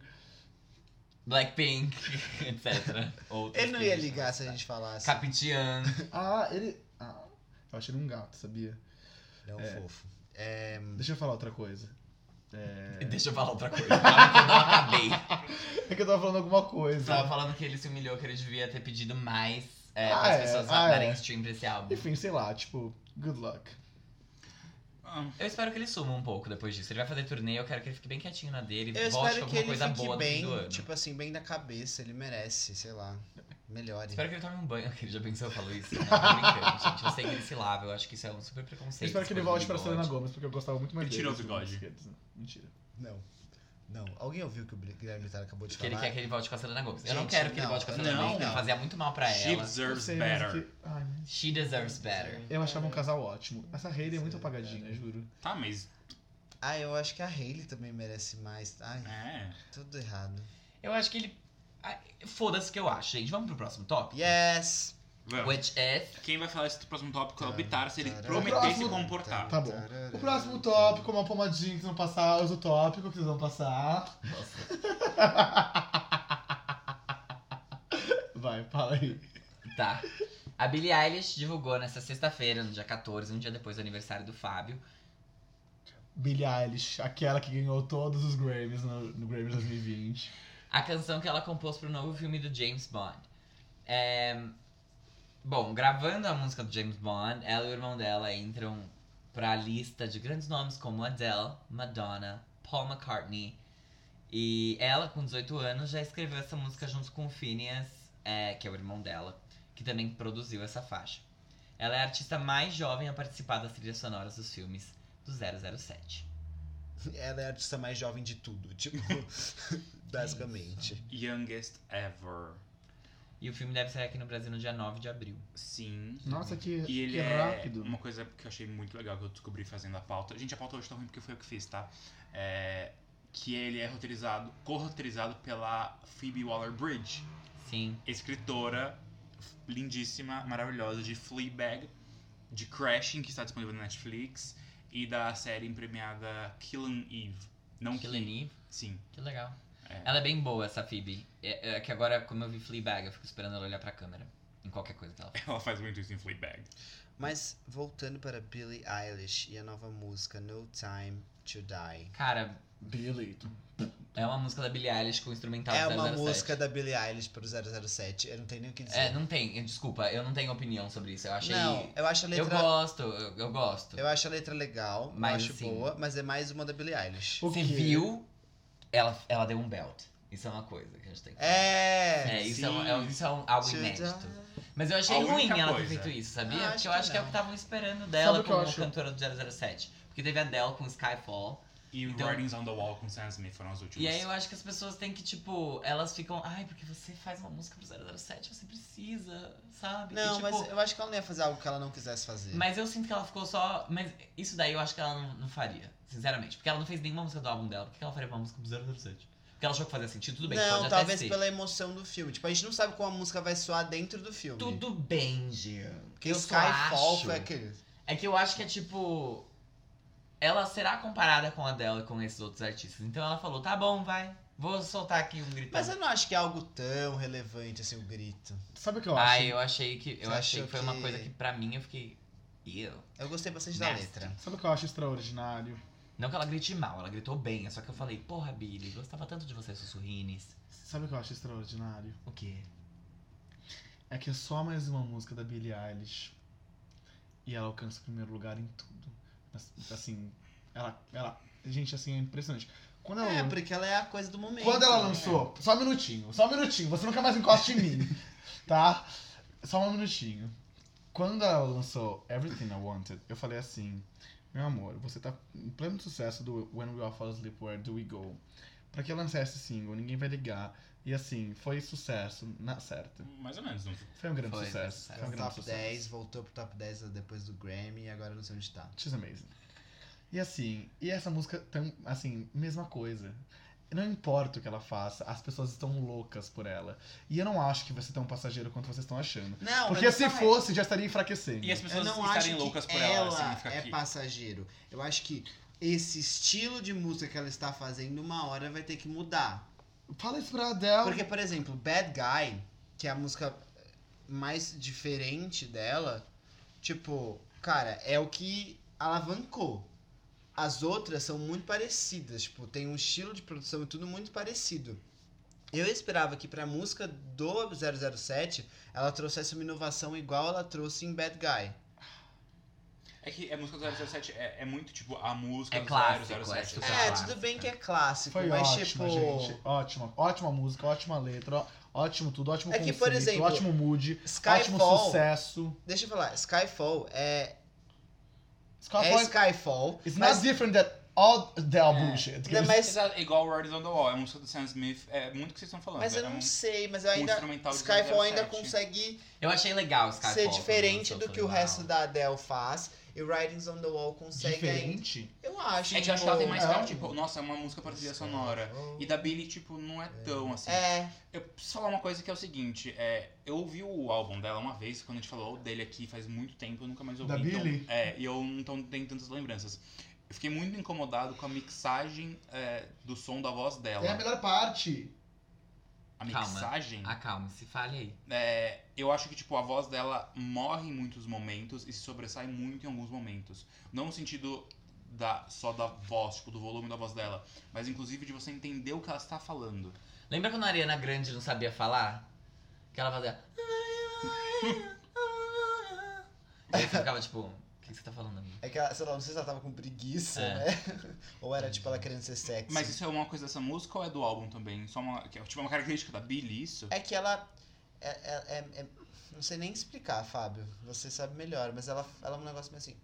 S2: Blackpink, <laughs> etc. Outros
S5: Ele não ia
S2: que-
S5: ligar
S3: Tá.
S5: se a gente falasse.
S2: Capitian.
S3: Ah, ele. Ah, eu achei ele um gato, sabia?
S5: Não,
S3: É.
S5: fofo.
S3: Deixa eu falar outra coisa.
S5: É.
S2: Deixa eu falar outra coisa. calma que eu não acabei.
S3: É que eu tava falando alguma
S2: Eu
S3: coisa.
S2: tava falando que ele se humilhou, que ele devia ter pedido mais é,
S3: Ah,
S2: as
S3: é,
S2: pessoas
S3: ah,
S2: darem
S3: é.
S2: stream pra esse álbum.
S3: Enfim, sei lá, tipo, good luck.
S4: Ah,
S2: Eu espero que ele suma um pouco depois disso. Ele vai fazer turnê, eu quero que ele fique bem quietinho na dele,
S5: Eu
S2: volte com
S5: espero que
S2: alguma
S5: ele
S2: coisa
S5: fique
S2: boa no fim do
S5: bem,
S2: ano.
S5: tipo assim, bem na cabeça. Ele merece, sei lá. Melhore.
S2: Espero que ele tome um banho, <laughs> que ele já pensou, eu falo isso. né? Não, tô brincando, <laughs> gente. Eu sei que ele se lava, eu acho que isso é um super preconceito.
S3: Eu espero que ele
S2: esse coisa
S3: volte
S2: de
S3: pra
S2: bigode.
S3: Selena Gomez, porque eu gostava muito mais
S4: Ele
S3: dele.
S4: tirou o
S3: dos
S4: bigode.
S3: Skins, né? Mentira.
S5: Não. Não. Alguém ouviu o que o Guilherme Vittar acabou de
S2: Que ele
S5: falar?
S2: quer que ele volte com a Selena Gomez. Eu não
S5: Gente,
S2: quero que ele
S5: não,
S2: volte com a
S5: não,
S2: Selena Gomez, porque
S5: não.
S2: ele fazia muito mal pra
S4: she
S2: ela.
S3: Eu
S4: deserves
S3: sei, mas é
S4: better.
S3: que- Ai, mas-
S2: She deserves better.
S3: Eu achava um casal ótimo. Essa Hayley é muito apagadinha, juro.
S4: Tá, mas.
S5: Ah, eu acho que a Hailey também merece mais. Ai,
S4: É.
S5: tudo errado.
S2: Eu acho que ele. Ai, Foda-se o que eu acho, gente. Vamos pro próximo tópico?
S5: Yes!
S4: Vamos.
S2: Which is.
S4: Quem vai falar esse próximo tópico é o
S5: Tá,
S4: Bitar, se ele
S5: tá, tá,
S4: prometer se
S3: próximo.
S4: comportar.
S3: Tá bom. O próximo tópico, uma pomadinha que vocês vão passar, outro tópico que vocês vão passar.
S2: Nossa.
S3: Vai, fala aí.
S2: Tá. A Billie Eilish divulgou nessa sexta-feira, no dia 14, um dia depois do aniversário do Fábio.
S3: Billie Eilish, aquela que ganhou todos os Grammys no, no Grammys 2020.
S2: a canção que ela compôs pro novo filme do James Bond. É, Bom, gravando a música do James Bond, ela e o irmão dela entram pra lista de grandes nomes como Adele, Madonna, Paul McCartney. E ela, com 18 anos, já escreveu essa música junto com o Phineas, é, que é o irmão dela, que também produziu essa faixa. Ela é a artista mais jovem a participar das trilhas sonoras dos filmes do 007.
S5: Ela é a artista mais jovem de tudo, <laughs> tipo,
S3: Tá.
S5: basicamente.
S4: Youngest ever.
S2: E o filme deve sair aqui no Brasil no dia 9 de abril.
S4: Sim.
S3: Nossa, que,
S4: E ele
S3: que
S4: é
S3: rápido.
S4: uma coisa que eu achei muito legal que eu descobri fazendo a pauta. Gente, a pauta hoje tá ruim porque foi eu que fiz, tá? É, que ele é roteirizado, co-roteirizado pela Phoebe Waller-Bridge,
S2: Sim.
S4: escritora f- lindíssima, maravilhosa de Fleabag, de Crashing, que está disponível na Netflix, e da série premiada Killing Eve. Não
S2: Killing
S4: Killing
S2: Eve.
S4: Sim. <laughs>
S2: Que legal.
S4: É.
S2: Ela é bem boa, essa Phoebe. É, é que agora, como eu vi Fleabag, eu fico esperando ela olhar pra câmera. Em qualquer coisa que ela faz.
S4: Ela faz muito isso em Fleabag.
S5: Mas voltando para Billie Eilish e a nova música No Time to Die.
S2: Cara,
S3: Billie.
S2: é uma música da Billie Eilish com instrumental
S5: é
S2: do
S5: uma
S2: 007.
S5: música da Billie Eilish pro 007. Eu não tenho nem o que dizer.
S2: tá, É, não tem. eu- Desculpa, eu não tenho opinião sobre isso. Eu achei...
S5: Não, eu acho a
S2: eu
S5: letra.
S2: gosto, eu, eu gosto.
S5: Eu acho a letra legal, eu
S2: Mas,
S5: acho
S2: assim,
S5: boa, mas é mais uma da Billie Eilish.
S3: o
S2: Você
S3: quê?
S2: viu, ela, ela deu um belt. Isso é uma coisa que a gente tem que
S5: É!
S2: É, isso é,
S4: sim.
S2: um- é um- isso é um, algo
S5: To
S2: inédito.
S5: die.
S2: Mas eu achei
S4: A única
S2: ruim ela ter
S4: coisa.
S2: feito isso, sabia?
S5: Ah,
S2: Porque eu
S5: acho
S2: acho
S5: que
S2: que é o
S5: não.
S2: que estavam esperando dela
S3: o que eu
S2: como
S3: acho?
S2: cantora do 007. Porque teve a Adele com Skyfall.
S4: E
S2: Então-
S4: Writings on the Wall com Sam Smith foram as últimas.
S2: E aí eu acho que as pessoas têm que, tipo, elas ficam, ai, porque você faz uma música pro 007, você precisa, sabe? E,
S5: Não,
S2: tipo,
S5: mas eu acho que ela não ia fazer algo que ela não quisesse fazer.
S2: mas eu sinto que ela ficou só. Mas isso daí eu acho que ela não, não faria, sinceramente. Porque ela não fez nenhuma música do álbum dela. Por que ela faria uma música pro 007? Porque ela achou que fazia sentido, tudo bem,
S5: não,
S2: pode
S5: talvez
S2: até ser.
S5: pela emoção do filme. Tipo, a gente não sabe como a música vai soar dentro do filme.
S2: Tudo bem, Jean.
S5: Porque
S2: eu só
S5: Skyfall
S2: acho- Então.
S5: foi aquele.
S2: É que eu acho que é tipo. ela será comparada com a dela e com esses outros artistas. Então ela falou, tá bom, vai. Vou soltar aqui um grito.
S5: Mas eu não acho que é algo tão relevante assim o grito.
S3: Sabe o que eu acho?
S2: Ah, eu achei que. Eu
S5: Você
S2: achei
S5: achou
S2: que foi uma
S5: que-
S2: coisa que pra mim eu fiquei. Eu.
S5: Eu gostei bastante da
S2: Nasty.
S5: letra.
S3: Sabe o que eu acho extraordinário?
S2: Não que ela grite mal, ela gritou bem. É só que eu falei, porra, Billy, gostava tanto de você, Sussurrines.
S3: Sabe o que eu acho extraordinário?
S2: O quê?
S3: É que é só mais uma música da Billie Eilish. E ela alcança o primeiro lugar em tudo. Mas, Assim, ela. ela gente, assim, é impressionante. Quando ela,
S5: É,
S3: lan-
S5: porque ela é a coisa do momento.
S3: quando ela
S5: né?
S3: lançou. Só um minutinho, só um minutinho. Você nunca mais encosta em mim, tá? Só um minutinho. Quando ela lançou Everything I Wanted, eu falei assim: Meu amor, você tá em pleno sucesso do When We All Fall Asleep, Where Do We Go? Pra que lançar esse single? Ninguém vai ligar. E assim, foi sucesso, na certa.
S4: Mais ou menos. não-
S3: Foi um grande
S2: Foi,
S3: sucesso.
S2: foi
S3: Foi um
S5: No
S3: grande
S5: top
S3: sucesso.
S5: 10, voltou pro top 10 depois do Grammy e agora não sei onde tá.
S3: She's amazing. E assim, e essa música tem, assim, mesma coisa. Não importa o que ela faça, as pessoas estão loucas por ela. E eu não acho que vai ser tão passageiro quanto vocês estão achando.
S5: Não,
S3: Porque
S5: mas
S3: se
S5: não é.
S3: fosse, já estaria enfraquecendo.
S4: E as pessoas
S5: eu não
S4: estarem
S5: acho
S4: loucas
S5: que
S4: por ela, assim,
S5: ela,
S4: significa
S5: é
S4: que.
S5: passageiro. Eu acho que esse estilo de música que ela está fazendo, uma hora vai ter que mudar.
S3: Fala isso pra Adele.
S5: Porque, por exemplo, Bad Guy, que é a música mais diferente dela, tipo, cara, é o que alavancou. As outras são muito parecidas, tipo, tem um estilo de produção e tudo muito parecido. Eu esperava que pra música do 007 ela trouxesse uma inovação igual ela trouxe em Bad Guy.
S4: É que a música do 007 é, é muito tipo a música
S2: É
S4: do
S2: clássico,
S4: 007.
S2: é
S4: do
S5: É,
S2: clássico.
S5: tudo bem que é clássico,
S3: Foi
S5: mas
S3: ótima,
S5: tipo.
S3: gente. Ótima. Ótima música, ótima letra, ó- ótimo tudo, ótimo
S5: É que,
S3: conceito,
S5: por exemplo,
S3: ótimo mood, ótimo
S5: Skyfall.
S3: sucesso.
S5: Deixa eu falar, Skyfall é, é
S3: Skyfall is
S5: Skyfall.
S3: it's
S5: mas-
S3: not different than all Adele bullshit.
S5: É. Não, mas-
S4: Exato, igual Words on the Wall, a música do Sam Smith, é muito o que vocês estão falando.
S5: Mas eu
S4: é
S5: não
S4: um-
S5: sei, mas eu
S4: um
S5: ainda.
S4: instrumental de
S5: Skyfall
S4: 007.
S5: ainda consegue
S2: Eu achei legal o Skyfall.
S5: ser
S2: quando
S5: diferente
S2: lançou,
S5: do
S2: foi
S5: que o
S2: legal.
S5: resto da Adele faz. E Writings on the Wall consegue ainda.
S3: Diferente.
S5: Eu acho.
S4: É que eu acho que ela tem mais
S3: É.
S4: cara, tipo, nossa, é uma música para trilha sonora. E da Billy, tipo, não é tão assim.
S5: É,
S4: Eu preciso falar uma coisa que é o seguinte, é, eu ouvi o álbum dela uma vez, quando a gente falou dele aqui faz muito tempo, eu nunca mais ouvi.
S3: Da
S4: então-
S3: Billie?
S4: É, e eu não tô- tenho tantas lembranças. Eu fiquei muito incomodado com a mixagem é, do som da voz dela.
S3: É a melhor parte.
S4: A
S2: Ah, Calma.
S4: mixagem.
S2: Acalme-se, fale aí.
S4: É, eu acho que, tipo, a voz dela morre em muitos momentos e se sobressai muito em alguns momentos. Não no sentido da, só da voz, tipo, do volume da voz dela, mas inclusive de você entender o que ela está falando.
S2: Lembra quando a Ariana Grande não sabia falar? Que ela fazia. e aí você ficava tipo, o que que você tá falando, amigo?
S5: é que ela, sei lá, não sei se ela tava com preguiça,
S2: É.
S5: né? <laughs> Ou era tipo ela querendo ser sexy.
S4: Mas isso é uma coisa dessa música ou é do álbum também? Só uma, que é, tipo, uma característica da Billy, isso?
S5: É que ela. É, é- é- é- não sei nem explicar, Fábio. Você sabe melhor, mas ela, ela é um negócio meio assim.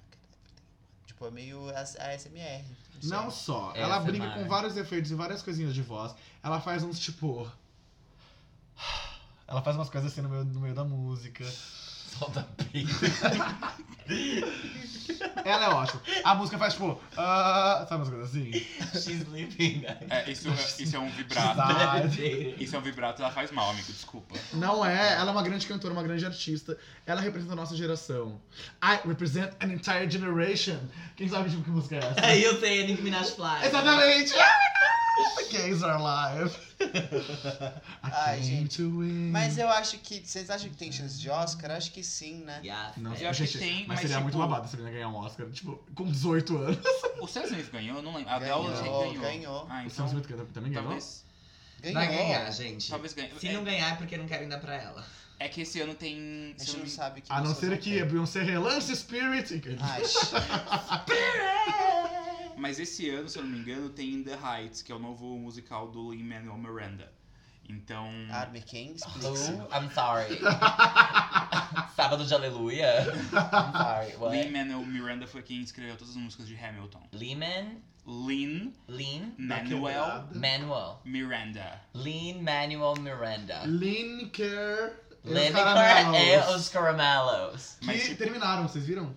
S5: Tipo, é meio a- a ASMR.
S3: Não
S5: sei.
S3: só.
S2: É,
S3: ela
S2: essa é
S3: brinca
S2: mara.
S3: com vários efeitos e várias coisinhas de voz. Ela faz uns tipo. Ela faz umas coisas assim no meio, no meio da música.
S2: Solta bem. <laughs>
S3: Ela é ótima. A música faz tipo. ah, sabe umas coisas assim?
S2: She's sleeping.
S4: É, isso, é- isso é um vibrato. Isso é um vibrato, ela faz mal, amigo, desculpa.
S3: Não é. Ela é uma grande cantora, uma grande artista. Ela representa a nossa geração. I represent an entire generation. Quem sabe tipo que música é essa?
S2: Aí eu sei, Nick Minaj Fly.
S3: Exatamente! The gays are alive. I
S5: Ai,
S3: came
S5: gente.
S3: to win.
S5: Mas eu acho que. Vocês acham que tem chance de Oscar? Acho que sim, né?
S2: Yes.
S3: Não,
S4: Eu acho que
S3: gente,
S4: tem,
S3: mas,
S4: mas,
S3: seria
S4: tipo- Então,
S3: muito babado se a menina ganhar um Oscar, tipo, com 18 anos.
S4: O Sam Smith ganhou, eu não lembro. A Adele
S5: Ganhou,
S4: ganhou.
S5: ganhou.
S4: Ah,
S3: O Sam
S4: então,
S3: Smith ganhou- também ganhou?
S4: talvez,
S5: Ganhou.
S2: Vai ganhar, gente.
S4: talvez ganhe.
S2: Se não ganhar é porque não querem dar pra
S3: <laughs>
S2: ela.
S4: É, é que esse ano tem...
S5: A gente
S4: se eu não
S5: não
S4: me
S5: sabe que
S3: A não
S5: pessoas
S3: ser
S5: vão
S3: que
S5: ter.
S3: a Beyoncé relance Spirit.
S5: Ai,
S3: <laughs>
S5: sh-
S4: Mas esse ano, se eu não me engano, tem In The Heights, que é o novo musical do Lin-Manuel Miranda. Então...
S5: Arme quem? Explica.
S2: Oh, I'm sorry. Sábado de Aleluia. I'm sorry. What?
S4: Lin-Manuel Miranda foi quem escreveu todas as músicas de Hamilton.
S2: Lehman,
S4: Lin-Manuel
S2: Lean,
S3: Tá quebrada.
S2: Manuel.
S4: Miranda.
S2: Lean Manuel Miranda.
S3: Lineker.
S2: Lineker e os Caramelos.
S4: Mas,
S3: Que
S4: tipo,
S3: terminaram, vocês viram?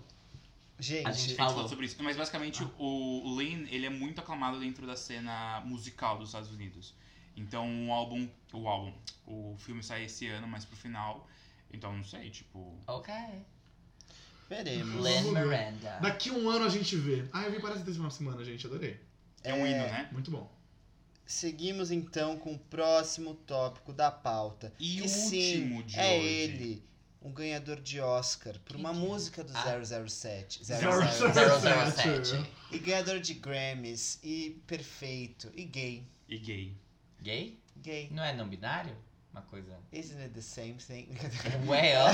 S2: A
S5: Gente,
S2: gente
S4: a gente
S2: falou.
S4: falou sobre isso. Mas basicamente o Lin, ele é muito aclamado dentro da cena musical dos Estados Unidos. Então o álbum, o álbum, o filme sai esse ano, mas pro final, então não sei, tipo,
S2: Ok.
S5: Esperemos.
S2: Lynn
S3: Vamos ver.
S2: Miranda.
S3: Daqui um ano a gente vê. Ah, eu vi parece desse uma semana, gente. Adorei.
S4: É um hino, né?
S3: Muito bom.
S5: Seguimos então com o próximo tópico da pauta.
S4: E
S5: que
S4: o último
S5: sim,
S4: de
S5: é
S4: hoje.
S5: ele, um ganhador de Oscar por uma música do
S2: Ah.
S5: 007.
S2: 007.
S5: E ganhador de Grammys, e perfeito, e gay.
S4: E gay.
S2: Gay?
S5: Gay.
S2: Não é não binário? Uma coisa.
S5: Isn't it the same
S4: <laughs>
S5: thing?
S2: Well,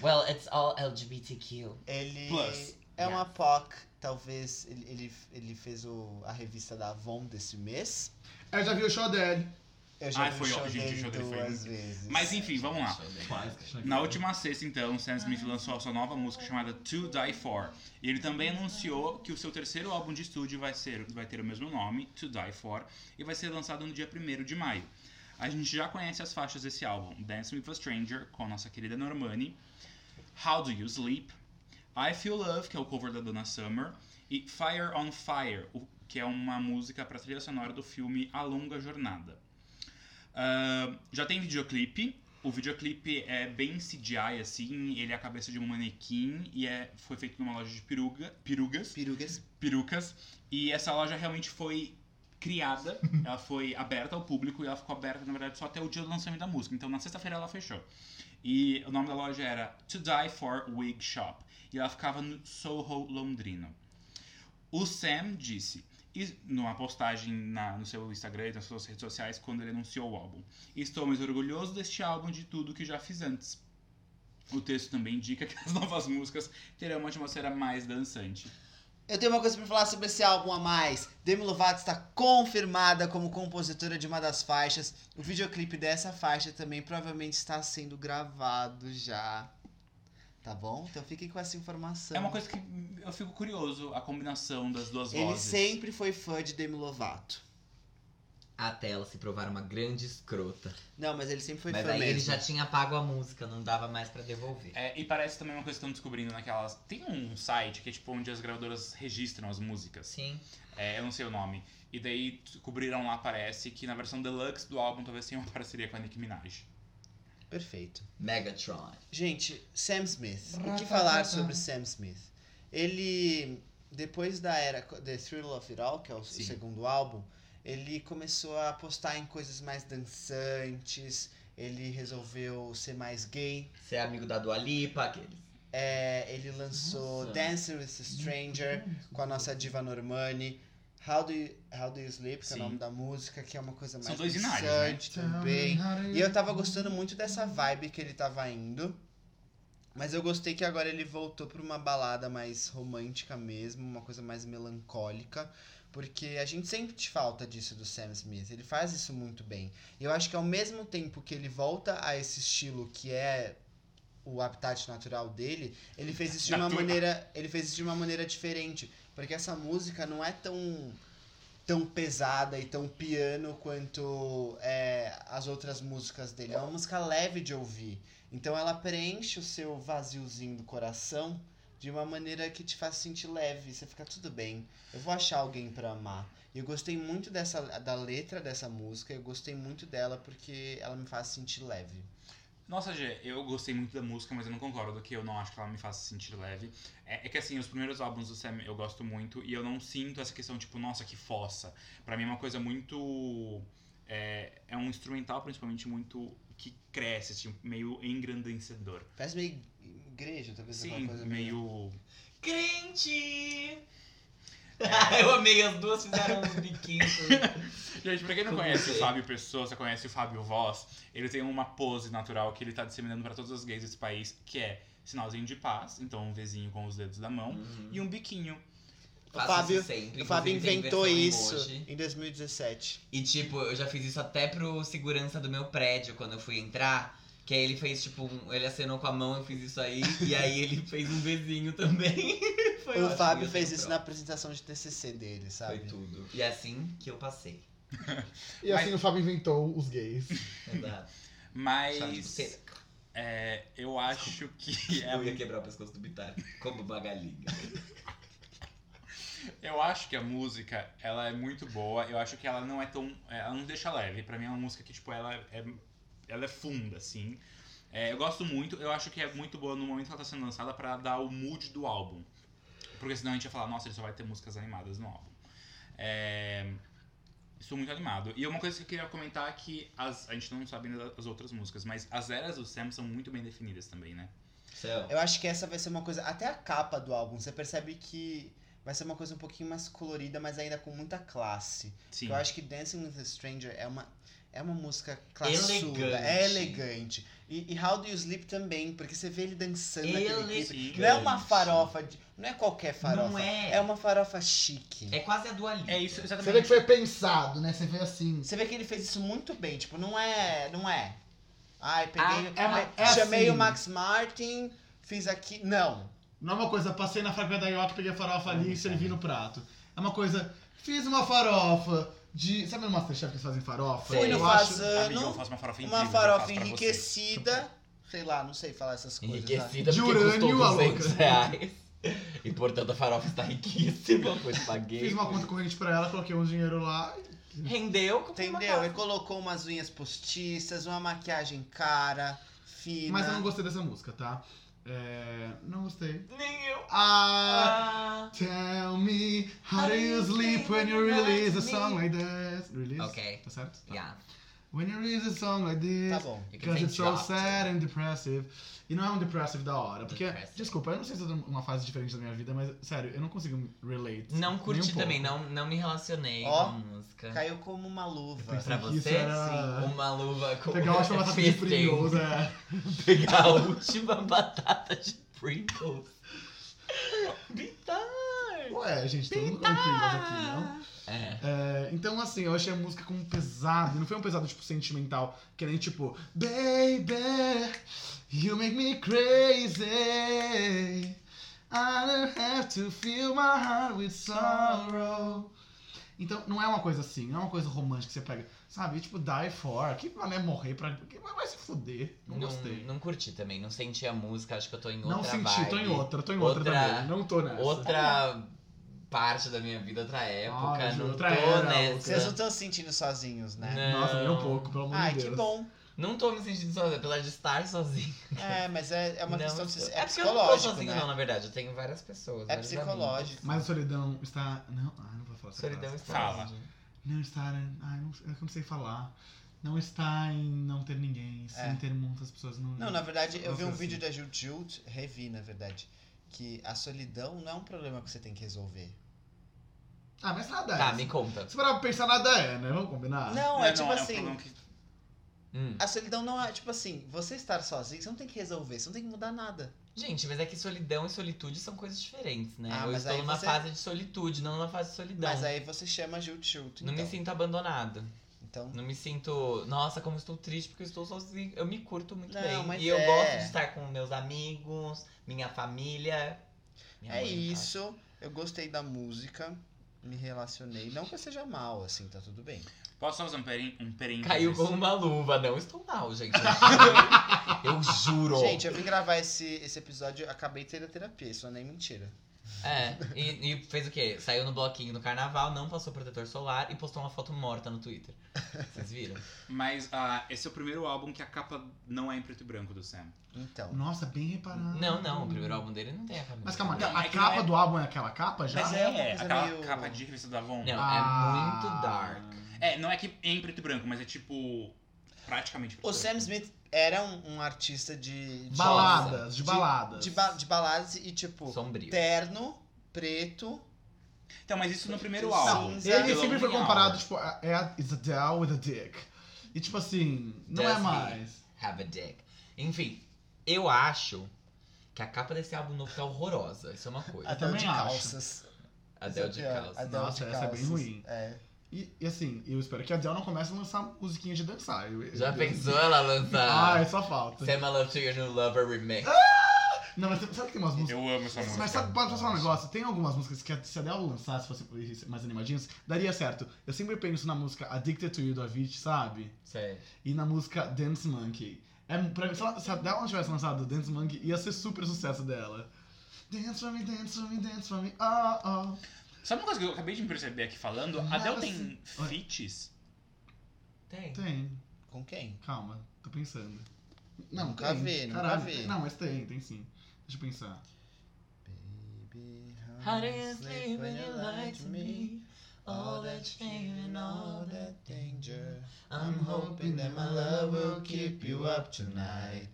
S2: well, it's all LGBTQ.
S5: <laughs> Ele
S4: Plus.
S5: é uma
S2: Yes.
S5: POC, talvez ele, ele, ele fez o, a revista da Avon desse mês.
S3: Eu já vi o show dele.
S5: Eu já
S4: Ai,
S5: vi
S4: foi
S5: o show
S4: ó- gente, o
S5: dele
S4: show dele foi
S5: duas
S4: muito-
S5: vezes.
S4: Mas enfim, vamos lá. Na última sexta, então, Sam Smith lançou a sua nova música chamada To Die For. E ele também anunciou que o seu terceiro álbum de estúdio vai, ser, vai ter o mesmo nome, To Die For, e vai ser lançado no dia 1 de maio. A gente já conhece as faixas desse álbum: Dance with a Stranger, com a nossa querida Normani, How Do You Sleep, I Feel Love, que é o cover da Donna Summer, e Fire on Fire, o- que é uma música para trilha sonora do filme A Longa Jornada. Ah, já tem videoclipe. O videoclipe é bem CGI, assim. Ele é a cabeça de um manequim e é, foi feito numa loja de peruga, perugas,
S5: Perugas.
S4: perucas. E essa loja realmente foi criada, ela foi aberta ao público e ela ficou aberta, na verdade, só até o dia do lançamento da música. Então, na sexta-feira ela fechou. E o nome da loja era To Die For Wig Shop. E ela ficava no Soho Londrino. O Sam disse, e numa postagem na- no seu Instagram e nas suas redes sociais, quando ele anunciou o álbum: Estou mais orgulhoso deste álbum de tudo que já fiz antes. O texto também indica que as <laughs> novas músicas terão uma atmosfera mais dançante.
S5: Eu tenho uma coisa pra falar sobre esse álbum a mais. Demi Lovato está confirmada como compositora de uma das faixas. O videoclipe dessa faixa também provavelmente está sendo gravado já. Tá bom? Então fiquem com essa informação.
S4: É uma coisa que eu fico curioso, a combinação das duas
S5: Ele
S4: vozes.
S5: sempre foi fã de Demi Lovato.
S2: Até ela se provar uma grande escrota.
S5: Não, mas ele sempre foi
S2: Mas
S5: fã
S2: aí
S5: mesmo.
S2: ele já tinha pago a música, não dava mais pra devolver.
S4: É, e parece também uma coisa que estão descobrindo naquelas. Tem um site que é tipo onde as gravadoras registram as músicas.
S2: Sim.
S4: É, eu não sei o nome. E daí descobriram lá, parece, que na versão deluxe do álbum talvez tenha uma <laughs> parceria com a Nicki Minaj.
S5: Perfeito.
S2: Megatron.
S5: Gente, Sam Smith. O que falar sobre Sam Smith? Ele, depois da era The Thrill of It All, que é o
S4: Sim.
S5: segundo álbum, ele começou a apostar em coisas mais dançantes. Ele resolveu ser mais gay.
S2: Você é amigo da Dua Lipa, aqueles.
S5: É, ele lançou
S2: Nossa.
S5: Dancing with a Stranger com a nossa diva Normani. How do you, How do you Sleep, que é
S4: Sim.
S5: o nome da música, que é uma coisa
S4: São
S5: mais
S4: dois inários, né?
S5: dançante
S8: Então,
S5: também. E eu tava gostando muito dessa vibe que ele tava indo. Mas eu gostei que agora ele voltou pra uma balada mais romântica mesmo, uma coisa mais melancólica. Porque a gente sempre te falta disso do Sam Smith. Ele faz isso muito bem. E eu acho que ao mesmo tempo que ele volta a esse estilo que é o habitat natural dele, ele fez isso de uma
S4: Natural.
S5: maneira, ele fez isso de uma maneira diferente, porque essa música não é tão tão pesada e tão piano quanto é, as outras músicas dele. É uma música leve de ouvir. Então ela preenche o seu vaziozinho do coração de uma maneira que te faz sentir leve. Você fica tudo bem. Eu vou achar alguém pra amar. E eu gostei muito dessa da letra dessa música. Eu gostei muito dela porque ela me faz sentir leve.
S4: Nossa, Gê, eu gostei muito da música, mas eu não concordo que eu não acho que ela me faça sentir leve. É, é que assim, os primeiros álbuns do Sam eu gosto muito e eu não sinto essa questão, tipo, nossa, que fossa. Pra mim é uma coisa muito. É, é um instrumental, principalmente, muito. que cresce, assim, meio engrandecedor.
S5: Parece meio igreja, talvez
S4: Sim,
S5: alguma é coisa
S4: meio.
S2: Crente! <laughs>
S5: É.
S2: Eu amei, as duas fizeram uns
S5: <laughs>
S2: biquinhos.
S4: Gente, pra quem não conhece o Fábio Pessoa, você conhece o Fábio Voz, ele tem uma pose natural que ele tá disseminando pra todos os gays desse país, que é sinalzinho de paz, então um vizinho com os dedos da mão, e um biquinho.
S5: O Fábio-
S2: Uhum. sempre,
S5: O Fábio
S2: assim, inclusive tem
S5: inventou
S2: versão
S5: isso
S2: emoji.
S5: em 2017.
S2: E tipo, eu já fiz isso até pro segurança do meu prédio quando eu fui entrar. Que aí ele fez, tipo, um- ele acenou com a mão, eu fiz isso aí. e aí <laughs> ele fez um bezinho também. <laughs> Foi
S5: o
S2: ótimo,
S5: Fábio
S2: eu
S5: fez
S2: tenho
S5: isso na
S2: prova.
S5: apresentação de TCC dele,
S2: um Foi
S5: sabe?
S2: tudo. E é assim que eu passei.
S3: E assim o Fábio inventou os gays.
S2: <laughs> Exato. É Chave de
S4: Mas
S2: buceta.
S4: é, eu acho que é
S2: tipo, <laughs> Eu ia quebrar o pescoço do Bitar. Como uma <laughs> galinha.
S4: Eu acho que a música, ela é muito boa. Eu acho que ela não é tão. Ela não deixa leve. Pra mim é uma música que, tipo, ela é, ela é funda, assim. É, eu gosto muito, eu acho que é muito boa no momento que ela tá sendo lançada pra dar o mood do álbum. Porque senão a gente ia falar, nossa, ele só vai ter músicas animadas no álbum. É, Estou muito animado. E uma coisa que eu queria comentar é que as- a gente não sabe ainda as outras músicas, mas as eras do Sam são muito bem definidas também, né?
S2: Céu.
S5: Eu acho que essa vai ser uma coisa. Até a capa do álbum, você percebe que vai ser uma coisa um pouquinho mais colorida, mas ainda com muita classe.
S4: Sim.
S5: Eu acho que Dancing with a Stranger é uma, é uma música classuda,
S2: Elegante.
S5: é elegante. E, e How Do You Sleep também, porque você vê ele dançando naquele clipe.
S2: Ele
S5: Não é uma farofa, de, não é qualquer farofa.
S2: Não é.
S5: É uma farofa chique.
S2: É quase a Dua Lipa.
S4: É isso,
S8: Você vê
S4: exatamente.
S8: que foi pensado, né? Você vê assim.
S5: Você vê que ele fez isso muito bem, tipo, não é. Não é. Ai, peguei.
S8: Ah, é uma-
S5: ai,
S8: é
S5: chamei
S8: assim.
S5: o Max Martin, fiz aqui. Não.
S8: Não é uma coisa, passei na fábrica da Iota, peguei a farofa ali e servi no prato. É uma coisa, fiz uma farofa de. Sabe no Masterchef que eles fazem farofa?
S5: Fui
S8: Eu
S5: no
S8: acho-
S4: Amigo, eu
S5: Fasano,
S4: faço uma farofa incrível.
S5: Ah, uma
S4: eu
S5: farofa
S4: faço pra você.
S5: enriquecida. Sei lá, não sei falar essas coisas. né?
S2: Enriquecida
S8: De
S2: porque
S8: urânio, a
S2: custou
S8: louca.
S2: 200 reais. <laughs> E portanto a farofa está riquíssima, pois paguei.
S8: Fiz uma conta corrente pra ela, coloquei um dinheiro lá.
S2: Rendeu, comprei uma
S5: Entendeu? Ele
S2: casa.
S5: colocou umas unhas postiças, uma maquiagem cara, fina.
S8: Mas eu não gostei dessa música, tá? É, não gostei.
S2: Nem eu. Ah.
S8: Ah, Tell me how do you sleep when you release a song like this? Release?
S2: Ok.
S8: Tá certo? Tá.
S2: Yeah.
S8: When you release a song like this.
S5: Tá bom.
S2: You can
S8: Because
S2: say
S8: it's so
S2: dropped.
S8: sad and é depressive. E não é um depressive da hora, porque,
S2: Depressive.
S8: desculpa, eu não sei se é uma fase diferente da minha vida, mas, sério, eu não consigo relate.
S2: Não
S8: nem um
S2: curti
S8: pouco.
S2: também, não, não me relacionei
S5: Ó,
S2: com a música.
S5: Caiu como uma luva.
S2: Pra
S8: Isso
S2: você,
S8: era-
S2: uma luva com
S8: Pegar uma
S2: <laughs>
S8: chamada tá de
S2: fisting.
S8: Pringles, é.
S2: Pegar a última batata de Pringles. Bitar.
S8: Ué, gente, todo mundo come Pringles aqui, não?
S2: É.
S8: É, então, assim, eu achei a música como pesada. e Não foi um pesado, tipo, sentimental. Que nem, tipo, Baby, you make me crazy. I don't have to fill my heart with sorrow. Então, não é uma coisa assim, não é uma coisa romântica que você pega. Sabe, tipo, die for. Que vale é morrer pra. Que vai se fuder. Não, gostei.
S2: Não curti também, não senti a música, acho que eu tô em outra
S8: Não senti, tô em
S2: vibe.
S8: outra, tô em outra,
S2: Outra-
S8: também. Não tô nessa.
S2: Outra parte da minha vida, outra época,
S8: Ah, de
S2: não
S8: outra
S2: tô
S8: era,
S2: nessa.
S5: Vocês não estão se sentindo sozinhos, né?
S8: Nossa, nem um
S2: Não.
S8: pouco, pelo amor
S5: Ai,
S8: de Deus.
S5: que bom.
S2: Não tô me sentindo sozinha, apesar de estar sozinha.
S5: É, mas é, é uma
S2: não,
S5: questão
S2: estou-
S5: de, é
S2: porque eu não tô
S5: psicológico,
S2: sozinho,
S5: né?
S2: não, na verdade. Eu tenho várias pessoas.
S5: É
S2: vários
S5: psicológico.
S8: Mas a solidão está. Não, ah, não vou falar
S2: amigos.
S8: essa frase.
S2: Solidão está
S4: Fala.
S2: longe.
S8: Não estar. em- Ai, não, eu não sei é falar. Não está em não ter ninguém, sim
S5: É.
S8: ter muitas pessoas. Não,
S5: Não, na verdade, eu vi um
S8: Nossa,
S5: vídeo
S8: assim.
S5: da Jujut, revi, na verdade, que a solidão não é um problema que você tem que resolver.
S8: Ah, mas nada
S2: Tá,
S8: é.
S2: me conta.
S8: Se parar pra pensar, nada é, né? Vamos
S5: não,
S8: combinar?
S4: Não,
S5: é
S4: não,
S5: tipo
S4: é um
S5: assim,
S4: problema que-
S2: Hum.
S5: a solidão não é, tipo assim, você estar sozinho, você não tem que resolver, você não tem que mudar nada.
S2: Gente, mas é que solidão e solitude são coisas diferentes, né?
S5: Ah,
S2: eu
S5: mas
S2: estou
S5: aí
S2: numa
S5: você-
S2: fase de solitude, não numa fase de solidão.
S5: Mas aí você chama a Jujut,
S2: Não
S5: então.
S2: me sinto abandonado.
S5: Então,
S2: Não me sinto. Nossa, como estou triste porque eu estou sozinho. Eu me curto muito
S5: Não,
S2: bem.
S5: mas
S2: e eu
S5: é.
S2: gosto de estar com meus amigos, minha família. minha
S5: é
S2: mãe, no caso.
S5: isso, eu gostei da música, me relacionei, não que eu seja mal, assim, tá tudo bem.
S4: Posso só usar um peren- um perente?
S2: Caiu com uma luva. Não estou mal, gente.
S5: <laughs>
S2: Eu juro.
S5: Gente, eu vim gravar esse, esse episódio, acabei de ter a terapia, isso não é nem mentira.
S2: É, e, e fez o quê? Saiu no bloquinho no carnaval, não passou protetor solar e postou uma foto morta no Twitter. Vocês viram?
S4: Mas ah, esse é o primeiro álbum que a capa não é em preto e branco do Sam.
S5: Então,
S8: Nossa, bem reparado.
S2: Não, não, o primeiro álbum dele não tem a família.
S8: Mas calma,
S4: Não,
S8: a
S4: é que não
S8: capa
S4: é-
S8: do álbum é aquela capa já?
S4: Mas
S5: Ah,
S4: é,
S5: é uma coisa
S4: aquela
S5: meio-
S4: capa de revista da Avon.
S2: Não,
S8: Ah.
S2: é muito dark.
S4: É, não é que em preto e branco, mas é tipo. Praticamente preto
S5: o
S4: e
S5: Sam
S4: branco.
S5: Smith era um, um artista de... de
S8: Baladas, de
S5: de-
S8: baladas.
S5: De, ba- de baladas e tipo,
S2: Sombrio.
S5: terno, preto.
S4: Então, mas isso no primeiro
S5: Sim.
S4: álbum.
S5: Não,
S8: Ele
S4: Pelo
S8: sempre foi
S4: álbum.
S8: comparado, tipo, a- é a is Adele with a dick. E tipo assim, não
S2: Does
S8: é
S2: he?
S8: mais.
S2: Have a dick. Enfim, eu acho que a capa desse álbum novo tá horrorosa. Isso é uma coisa.
S8: também
S5: de
S8: acho.
S5: calças.
S2: Adele de
S5: Isso é pior,
S2: calça.
S5: Adele
S8: Nossa,
S5: de
S8: essa é bem
S5: calças.
S8: ruim.
S5: É.
S8: E, e assim, eu espero que a Adele não comece a lançar musiquinha de dançar. Eu-
S2: Já
S8: eu-
S2: pensou ela
S8: Ai,
S2: lançar
S8: Ah, é só falta.
S2: Sam I Love to Your New Lover Remix?
S8: Não, mas sabe que tem umas músicas.
S4: Eu amo essa música.
S8: Mas sabe, pode falar um negócio? Tem algumas músicas que se a Adele lançasse, fosse mais animadinhas, daria certo. Eu sempre penso na música Addicted to You do Avicii, sabe?
S2: Sério.
S8: E na música Dance Monkey. É, pra mim, se ela- se a Adele não tivesse lançado Dance Monkey, ia ser super sucesso dela. Dance for me, dance for me, dance for me, oh, oh.
S4: Sabe uma coisa que eu acabei de me perceber aqui falando?
S8: Nada
S4: A Adele
S8: assim.
S4: tem
S8: Oi.
S4: feats?
S2: Tem.
S8: Tem,
S5: Com quem?
S8: calma, tô pensando.
S3: Não,
S5: Nunca
S3: tem.
S5: vi, nunca
S3: Caralho,
S5: vi.
S3: Não, mas tem, tem sim. Deixa eu pensar.
S5: Baby,
S2: How do you sleep when you lie to me? All that shame and all that
S5: danger.
S2: I'm hoping that my love will keep you up tonight.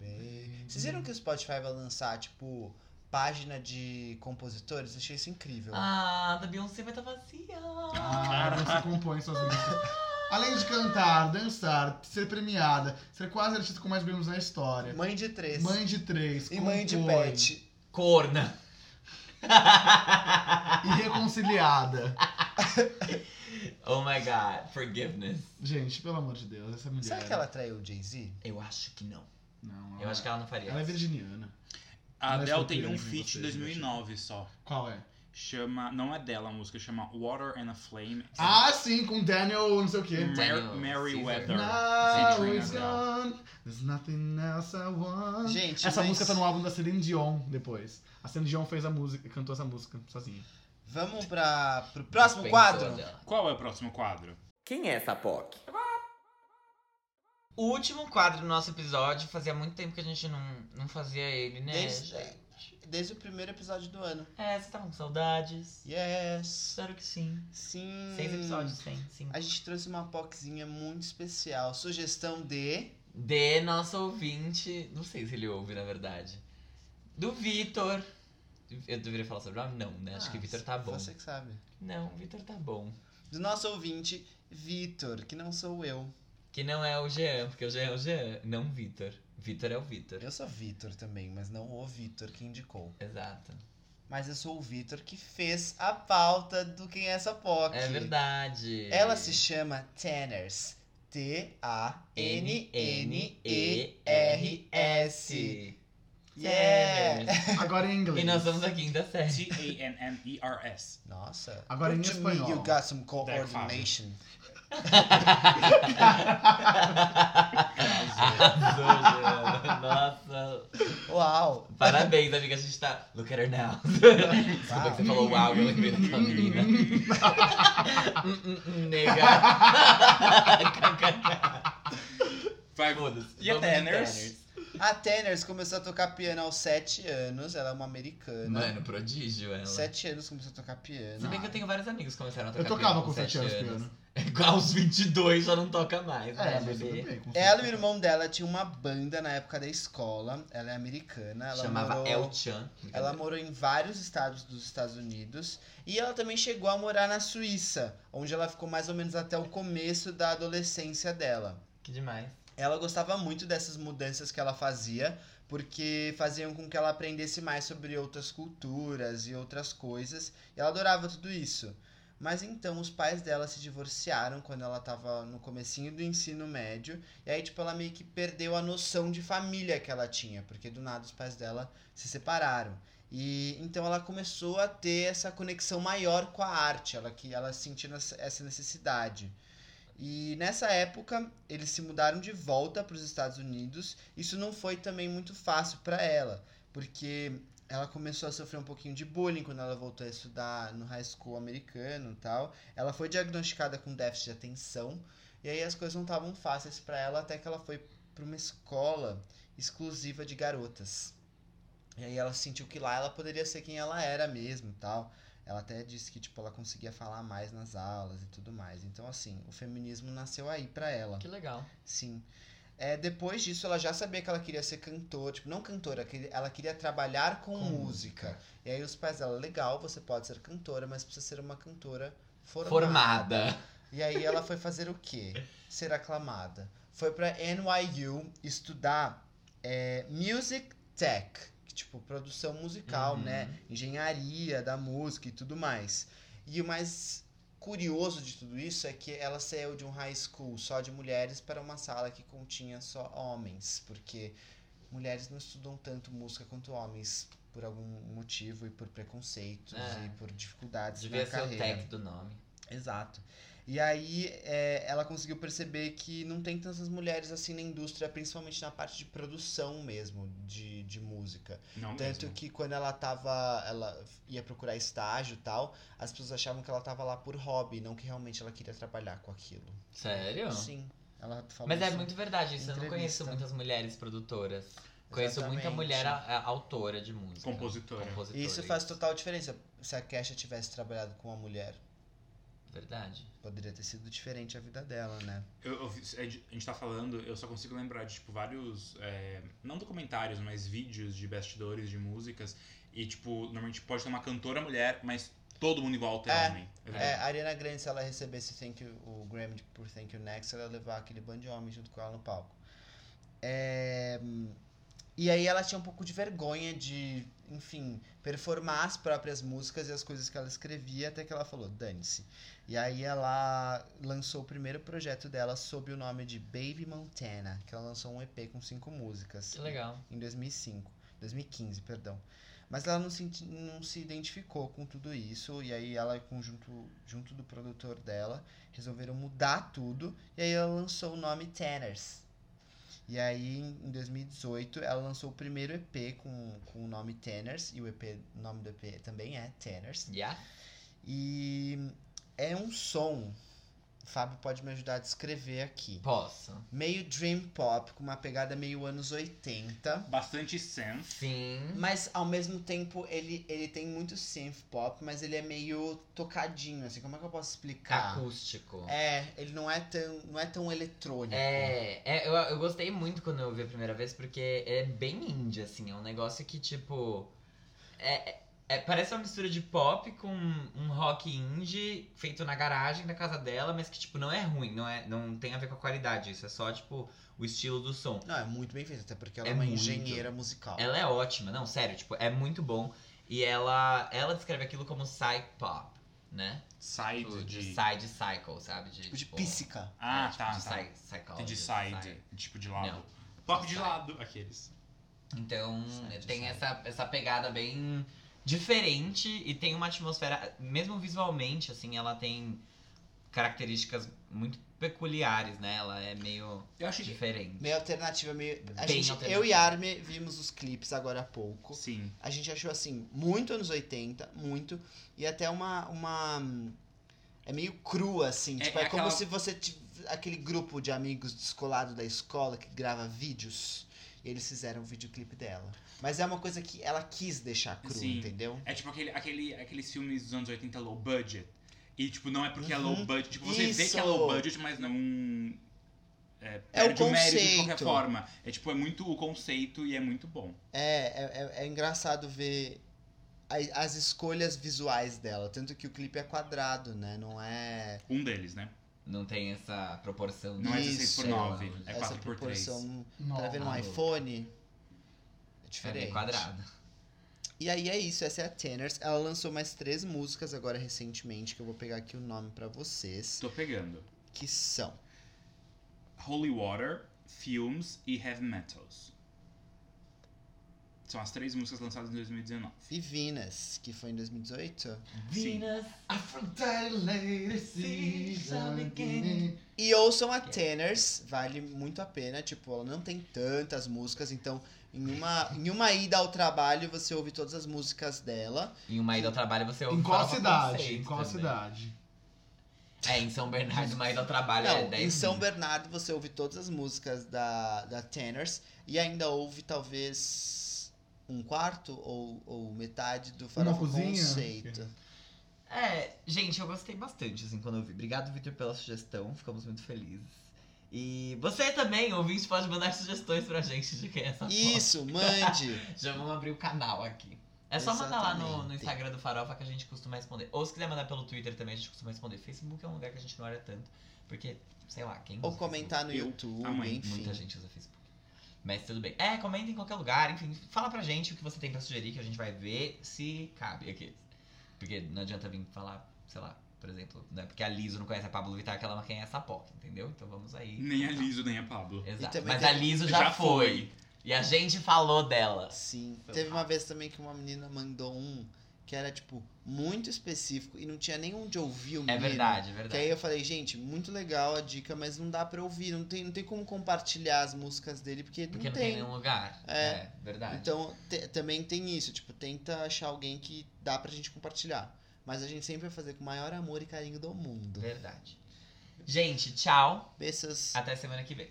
S5: Baby. Vocês viram que o Spotify vai lançar, tipo, página de compositores? Achei isso incrível.
S2: Ah, da Beyoncé vai estar vazia.
S3: Ah, você compõe suas músicas. Além de cantar, dançar, ser premiada, ser quase a artista com mais prêmios na história.
S5: Mãe de três.
S3: Mãe de três.
S5: e mãe de
S3: compõe.
S5: pet.
S2: Corna. <laughs>
S3: E reconciliada.
S2: Oh my god, forgiveness.
S3: Gente, pelo amor de Deus, essa mulher.
S5: Será que ela traiu o Jay-Z?
S2: Eu acho que não.
S3: Não,
S2: Eu
S5: Ah.
S2: acho que ela não faria
S3: Ela é
S2: isso.
S3: virginiana.
S4: A
S3: Não é
S4: Adele tem
S3: solteira,
S4: um
S3: né, vocês,
S4: feat de 2009 só.
S3: Qual é?
S4: Chama. Não é dela a música, chama Water and a Flame.
S3: Ah, sim, com Daniel não sei o quê.
S4: Mer
S2: Daniel
S4: Mary
S2: Caesar.
S4: Weather.
S3: Now
S4: featuring
S3: it's
S4: Adele.
S3: gone. There's nothing else I
S2: Ah.
S3: want.
S5: Gente,
S3: Essa
S5: mas
S3: música tá no álbum da Celine Dion <laughs> depois. A Celine Dion fez a música, cantou essa música sozinha.
S5: Vamos pra, pro
S2: Pensou
S5: próximo
S2: né?
S5: quadro?
S2: dela.
S4: Qual é o próximo quadro?
S6: Quem é essa POC?
S2: O último quadro do nosso episódio, fazia muito tempo que a gente não, não fazia ele, né?
S5: Desde, desde o primeiro eepisódio do ano.
S2: É, vocês estavam com saudades.
S5: Yes.
S2: Espero que sim.
S5: Sim.
S2: Seis episódios tem, sim.
S5: Hum, A gente trouxe uma poquezinha muito especial. Sugestão de.
S2: De nosso ouvinte. Não sei se ele ouve, na verdade. Do Vitor. Eu deveria falar sobre o nome? Não, né? Acho
S5: Ah,
S2: que Vitor tá bom.
S5: Você que sabe.
S2: Não, Vitor tá bom.
S5: Do nosso ouvinte, Vitor, que não sou eu.
S2: Que não é o Jean, porque o Jean é o Jean, não o Vitor. Vitor é o Vitor.
S5: Eu sou Vitor também, mas não o Vitor que indicou.
S2: Exato.
S5: Então Mas eu sou o Vitor que fez a pauta do Quem é essa POC.
S2: É verdade.
S5: Ela se chama Tanners. T-A-N-N-E-R-S. Yeah!
S3: Agora em inglês.
S2: E nós vamos à quinta <laughs> série.
S4: T-A-N-N-E-R-S.
S5: Nossa.
S3: Agora em
S5: Put to me,
S3: espanhol.
S5: You got some
S4: Deck fácil.
S5: coordination.
S2: Arrasou, Jean. Nossa.
S5: Uau.
S2: Parabéns, amiga. A gente tá. Look at her now.
S5: Ah,
S2: Desculpa que você falou uau, eu lembrei da sua menina. Nega.
S4: Vai,
S2: Foda-se.
S4: E a
S2: Vamos de
S4: Tanners?
S5: A Tanners começou a tocar piano aos 7 anos. Ela é uma americana.
S2: Mano, prodígio ela.
S5: Sete anos começou a tocar
S2: Se
S5: piano.
S2: bem que eu tenho vários amigos que começaram a tocar
S3: Eu tocava
S2: piano
S3: com 7 anos piano.
S2: <laughs> Igual aos 22 já não toca mais,
S3: É,
S2: né,
S3: mas tudo
S2: bebê?
S3: bem. com
S5: Ela e o
S3: sete.
S5: irmão dela tinham uma banda na época da escola. Ela é americana. Ela
S2: Chamava
S5: morou...
S2: El Chan.
S5: Ela morou em vários estados dos Estados Unidos e ela também chegou a morar na Suíça, onde ela ficou mais ou menos até o começo da adolescência dela.
S2: Que demais.
S5: Ela gostava muito dessas mudanças que ela fazia, porque faziam com que ela aprendesse mais sobre outras culturas e outras coisas, e ela adorava tudo isso. Mas então os pais dela se divorciaram quando ela tava no comecinho do ensino médio, e aí tipo ela meio que perdeu a noção de família que ela tinha, porque do nada os pais dela se separaram. E então ela começou a ter essa conexão maior com a arte, ela que ela sentiu nessa- essa necessidade. E nessa época, eles se mudaram de volta para os Estados Unidos. Isso não foi também muito fácil para ela, porque ela começou a sofrer um pouquinho de bullying quando ela voltou a estudar no high school americano e tal. Ela foi diagnosticada com déficit de atenção, e aí as coisas não estavam fáceis para ela até que ela foi para uma escola exclusiva de garotas. E aí ela sentiu que lá ela poderia ser quem ela era mesmo, e tal. Ela até disse que tipo ela conseguia falar mais nas aulas e tudo mais. Então assim, o feminismo nasceu aí pra ela.
S2: Que legal.
S5: Sim. É, depois disso, ela já sabia que ela queria ser cantora, tipo, não cantora, que- ela queria trabalhar com, música. E aí os pais dela, legal, você pode ser cantora, mas precisa ser uma cantora formada.
S2: Formada.
S5: E aí ela foi fazer o quê? Ser aclamada. Foi pra NYU estudar é, Music Tech, que, tipo, produção musical,
S2: Uhum.
S5: né? Engenharia da música e tudo mais. E o mais curioso de tudo isso é que ela saiu de um high school só de mulheres para uma sala que continha só homens, porque mulheres não estudam tanto música quanto homens por algum motivo e por preconceitos
S2: É.
S5: e por dificuldades
S2: Devia
S5: na
S2: ser o
S5: carreira.
S2: tag do nome.
S5: Exato. E aí é, ela conseguiu perceber que não tem tantas mulheres assim na indústria, principalmente na parte de produção mesmo, de, de música.
S2: É
S4: Não
S5: Tanto
S4: mesmo.
S5: que quando ela tava. Ela ia procurar estágio e tal, as pessoas achavam que ela tava lá por hobby, não que realmente ela queria trabalhar com aquilo.
S2: Sério?
S5: Sim. Ela falou
S2: Ah. Mas é
S5: isso.
S2: muito verdade isso. Eu não
S5: entrevista.
S2: conheço muitas mulheres produtoras. Conheço muita
S5: Exatamente.
S2: mulher a- a- autora de música.
S4: Compositora.
S2: Compositora,
S5: E isso faz total diferença. Se a Kesha tivesse trabalhado com uma mulher,
S2: Verdade.
S5: poderia ter sido diferente a vida dela, né?
S4: Eu, eu vi- a gente a gente tá falando, eu só consigo lembrar de, tipo, vários. é, não documentários, mas vídeos de bastidores de músicas. E, tipo, normalmente pode ter uma cantora mulher, mas todo mundo em volta é,
S5: É,
S4: homem.
S5: É,
S2: Uhum.
S5: a Ariana Grande, se ela recebesse thank you, o Grammy de- por Thank You Next, ela ia levar aquele bando de homem junto com ela no palco. É, E aí ela tinha um pouco de vergonha de, enfim, performar as próprias músicas e as coisas que ela escrevia, até que ela falou, dane-se. E aí ela lançou o primeiro projeto dela sob o nome de Baby Montana, que ela lançou um EP com cinco músicas
S2: Que legal.
S5: em 2005, 2015, perdão. Mas ela não se, inti- não se identificou com tudo isso, e aí ela, com- junto, junto do produtor dela, resolveram mudar tudo, e aí ela lançou o nome Tanners. E aí, em em 2018, ela lançou o primeiro EP com, com o nome Tanners, e o EP, o nome do EP também é Tanners.
S2: Yeah?
S5: E é um som, o Fábio pode me ajudar a descrever aqui,
S2: Posso.
S5: meio dream pop, com uma pegada meio anos 80.
S4: Bastante sense.
S2: Sim.
S5: Mas ao mesmo tempo ele, ele tem muito synth pop, mas ele é meio tocadinho, assim, como é que eu posso explicar?
S2: Acústico.
S5: É, ele não é tão, não é tão eletrônico.
S2: É, é, eu, eu gostei muito quando eu vi a primeira vez, porque é bem indie, assim, é um negócio que, tipo. É, é- é- parece uma mistura de pop com um rock indie feito na garagem da casa dela, mas que, tipo, não é ruim, não, é, não tem a ver com a qualidade, isso é só, tipo, o estilo do som.
S5: Não, é muito bem feito, até porque ela é,
S2: É
S5: uma
S2: muito.
S5: engenheira musical.
S2: Ela é ótima, não, sério, tipo, é muito bom. E ela, ela descreve aquilo como psych pop, né?
S4: Side
S2: Tipo,
S4: de.
S2: de side cycle, sabe? De,
S5: Tipo de píssica.
S2: é,
S4: Ah,
S2: tipo,
S4: tá,
S2: de
S4: tá.
S2: psy- psychology,
S4: Tem de side,
S2: psy-
S4: tipo de lado.
S2: Não.
S4: Pop de
S2: Side.
S4: lado, aqueles.
S2: Então,
S5: Side,
S2: tem
S5: side.
S2: essa, essa pegada bem diferente e tem uma atmosfera, mesmo visualmente, assim, ela tem características muito peculiares, né? Ela é meio
S4: Eu achei que.
S2: diferente.
S5: Meio alternativa, meio. A
S2: Bem
S5: gente,
S2: alternativa.
S5: eu e Arme vimos os clipes agora há pouco.
S4: Sim.
S5: A gente achou assim, muito anos 80, muito. E até uma. uma é meio crua, assim.
S4: É-
S5: tipo,
S4: é
S5: é, como
S4: aquela-
S5: se você tivesse aquele grupo de amigos descolado da escola que grava vídeos. E eles fizeram o videoclipe dela. Mas é uma coisa que ela quis deixar crua,
S4: Sim.
S5: entendeu?
S4: É tipo aquele, aquele, aqueles filmes dos anos 80 low budget. E, tipo, não é porque é low
S5: Uhum.
S4: budget. Tipo, você vê
S5: Isso!
S4: que é low budget, mas não. É,
S5: É o
S4: perde o mérito de qualquer
S5: conceito.
S4: forma. É tipo, é muito o conceito e é muito bom.
S5: É, é, é- é engraçado ver a- as escolhas visuais dela. Tanto que o clipe é quadrado, né? Não é.
S4: Um deles, né?
S2: Não tem essa proporção.
S4: Não é 16 por
S5: Isso.
S4: 9, é
S5: essa
S4: 4 por É 3.
S5: proporção.
S3: Não.
S5: Pra ver no
S2: Ah,
S5: iPhone. É
S2: É
S5: diferente.
S2: meio quadrado.
S5: E aí é isso, essa é a Tanners. Ela lançou mais três músicas agora recentemente, que eu vou pegar aqui o nome pra vocês,
S4: Tô pegando.
S5: que são
S4: Holy Water, Films e Heavy Metals. São as três músicas lançadas em 2019.
S5: Divinas, que foi em 2018,
S4: Sim.
S3: Aphrodite Lady Season Beginning.
S5: e ouçam a Tanners, vale muito a pena, tipo, ela não tem tantas músicas, então em uma, em uma ida ao trabalho você ouve todas as músicas dela.
S2: Em uma ida ao trabalho você ouve
S3: Em qual
S2: farofa
S3: cidade?
S2: conceito
S3: Em qual
S2: também.
S3: cidade?
S2: É, em São Bernardo, uma ida ao trabalho é
S5: Não,
S2: 10
S5: em São
S2: minutos.
S5: Bernardo você ouve todas as músicas da, da Tanners, e ainda ouve talvez um quarto ou, ou metade do Farofa
S3: cozinha?
S5: Conceito.
S2: É, gente, eu gostei bastante, assim, quando eu vi. Obrigado, Vitor, pela sugestão. Ficamos muito felizes. E você também, ouvinte, pode mandar sugestões pra gente de quem é essa foto.
S5: Isso, mande!
S2: <laughs> Já vamos abrir o canal aqui. É só mandar lá no, no
S5: Exatamente.
S2: Instagram do Farofa que a gente costuma responder. Ou se quiser mandar pelo Twitter também, a gente costuma responder. Facebook é um lugar que a gente não olha tanto, porque, sei lá, quem.
S5: Ou
S2: usa
S5: comentar no
S4: Eu,
S5: YouTube,
S4: a mãe,
S5: enfim.
S2: Facebook? Muita gente usa Facebook. Mas tudo bem. É, comenta em qualquer lugar, enfim, fala pra gente o que você tem pra sugerir, que a gente vai ver se cabe aqui. Porque não adianta vir falar, sei lá, por exemplo, né? Porque a Liso não conhece a Pablo Vittar, que ela não conhece a POC, entendeu? Então vamos aí.
S4: Nem a Liso, nem a Pablo.
S2: Exato.
S5: também
S2: Mas
S5: tem-
S2: a Liso já,
S4: Já
S2: foi.
S4: foi.
S2: E a gente falou dela.
S5: Sim.
S2: Foi
S5: Teve
S2: um
S5: uma vez também que uma menina mandou um que era, tipo, muito específico e não tinha nem onde ouvir o
S2: É
S5: menino.
S2: verdade, é
S5: Que
S2: verdade.
S5: aí eu falei, gente, muito legal a dica, mas não dá pra ouvir, não tem, não tem como compartilhar as músicas dele, porque,
S2: Porque
S5: não
S2: não
S5: tem.
S2: tem nenhum lugar.
S5: É.
S2: É, verdade.
S5: Então, te- também tem isso, tipo, tenta achar alguém que dá
S2: É.
S5: pra gente compartilhar. Mas a gente sempre vai fazer com o maior amor e carinho do mundo.
S2: Verdade. Gente, tchau.
S5: Beijos.
S2: Até semana que vem.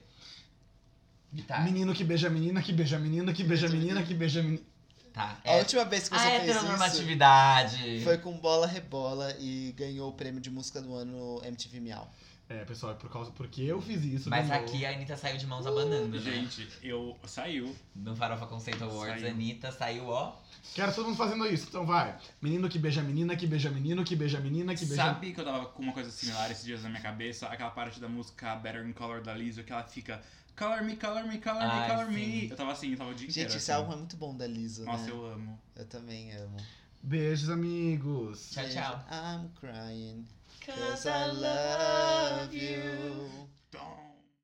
S2: Tá,
S3: Menino que beija menina, que beija menina, que beija menina, que beija menina.
S2: tá.
S5: A
S2: É,
S5: última vez que
S2: a
S5: você fez isso
S2: heteronormatividade.
S5: foi com Bola Rebola e ganhou o prêmio de música do ano no MTV Miau.
S3: É, pessoal, é por causa. Porque eu fiz isso.
S2: Mas
S3: ganhou.
S2: aqui a Anitta saiu de mãos abanando, gente.
S4: Gente, eu. Saiu.
S2: No Farofa Conceito Awards,
S4: Saiu.
S2: Anitta saiu, ó.
S3: Quero todo mundo fazendo isso, então vai. Menino que beija menina, que beija menino, que beija menina, que beija.
S4: Sabe que eu tava com uma coisa similar esses dias na minha cabeça? Aquela parte da música Better in Color da Lizzo que ela fica Color me, color me, color
S2: Ai,
S4: me, color
S2: Ah, sim.
S4: me. Eu tava assim, eu tava o dia inteiro.
S5: Gente, esse
S4: assim.
S5: álbum é muito bom da Lisa,
S4: Nossa,
S5: né?
S4: eu amo.
S5: Eu também amo.
S3: Beijos, amigos.
S2: Tchau, tchau.
S5: I'm crying.
S2: 'Cause
S5: I love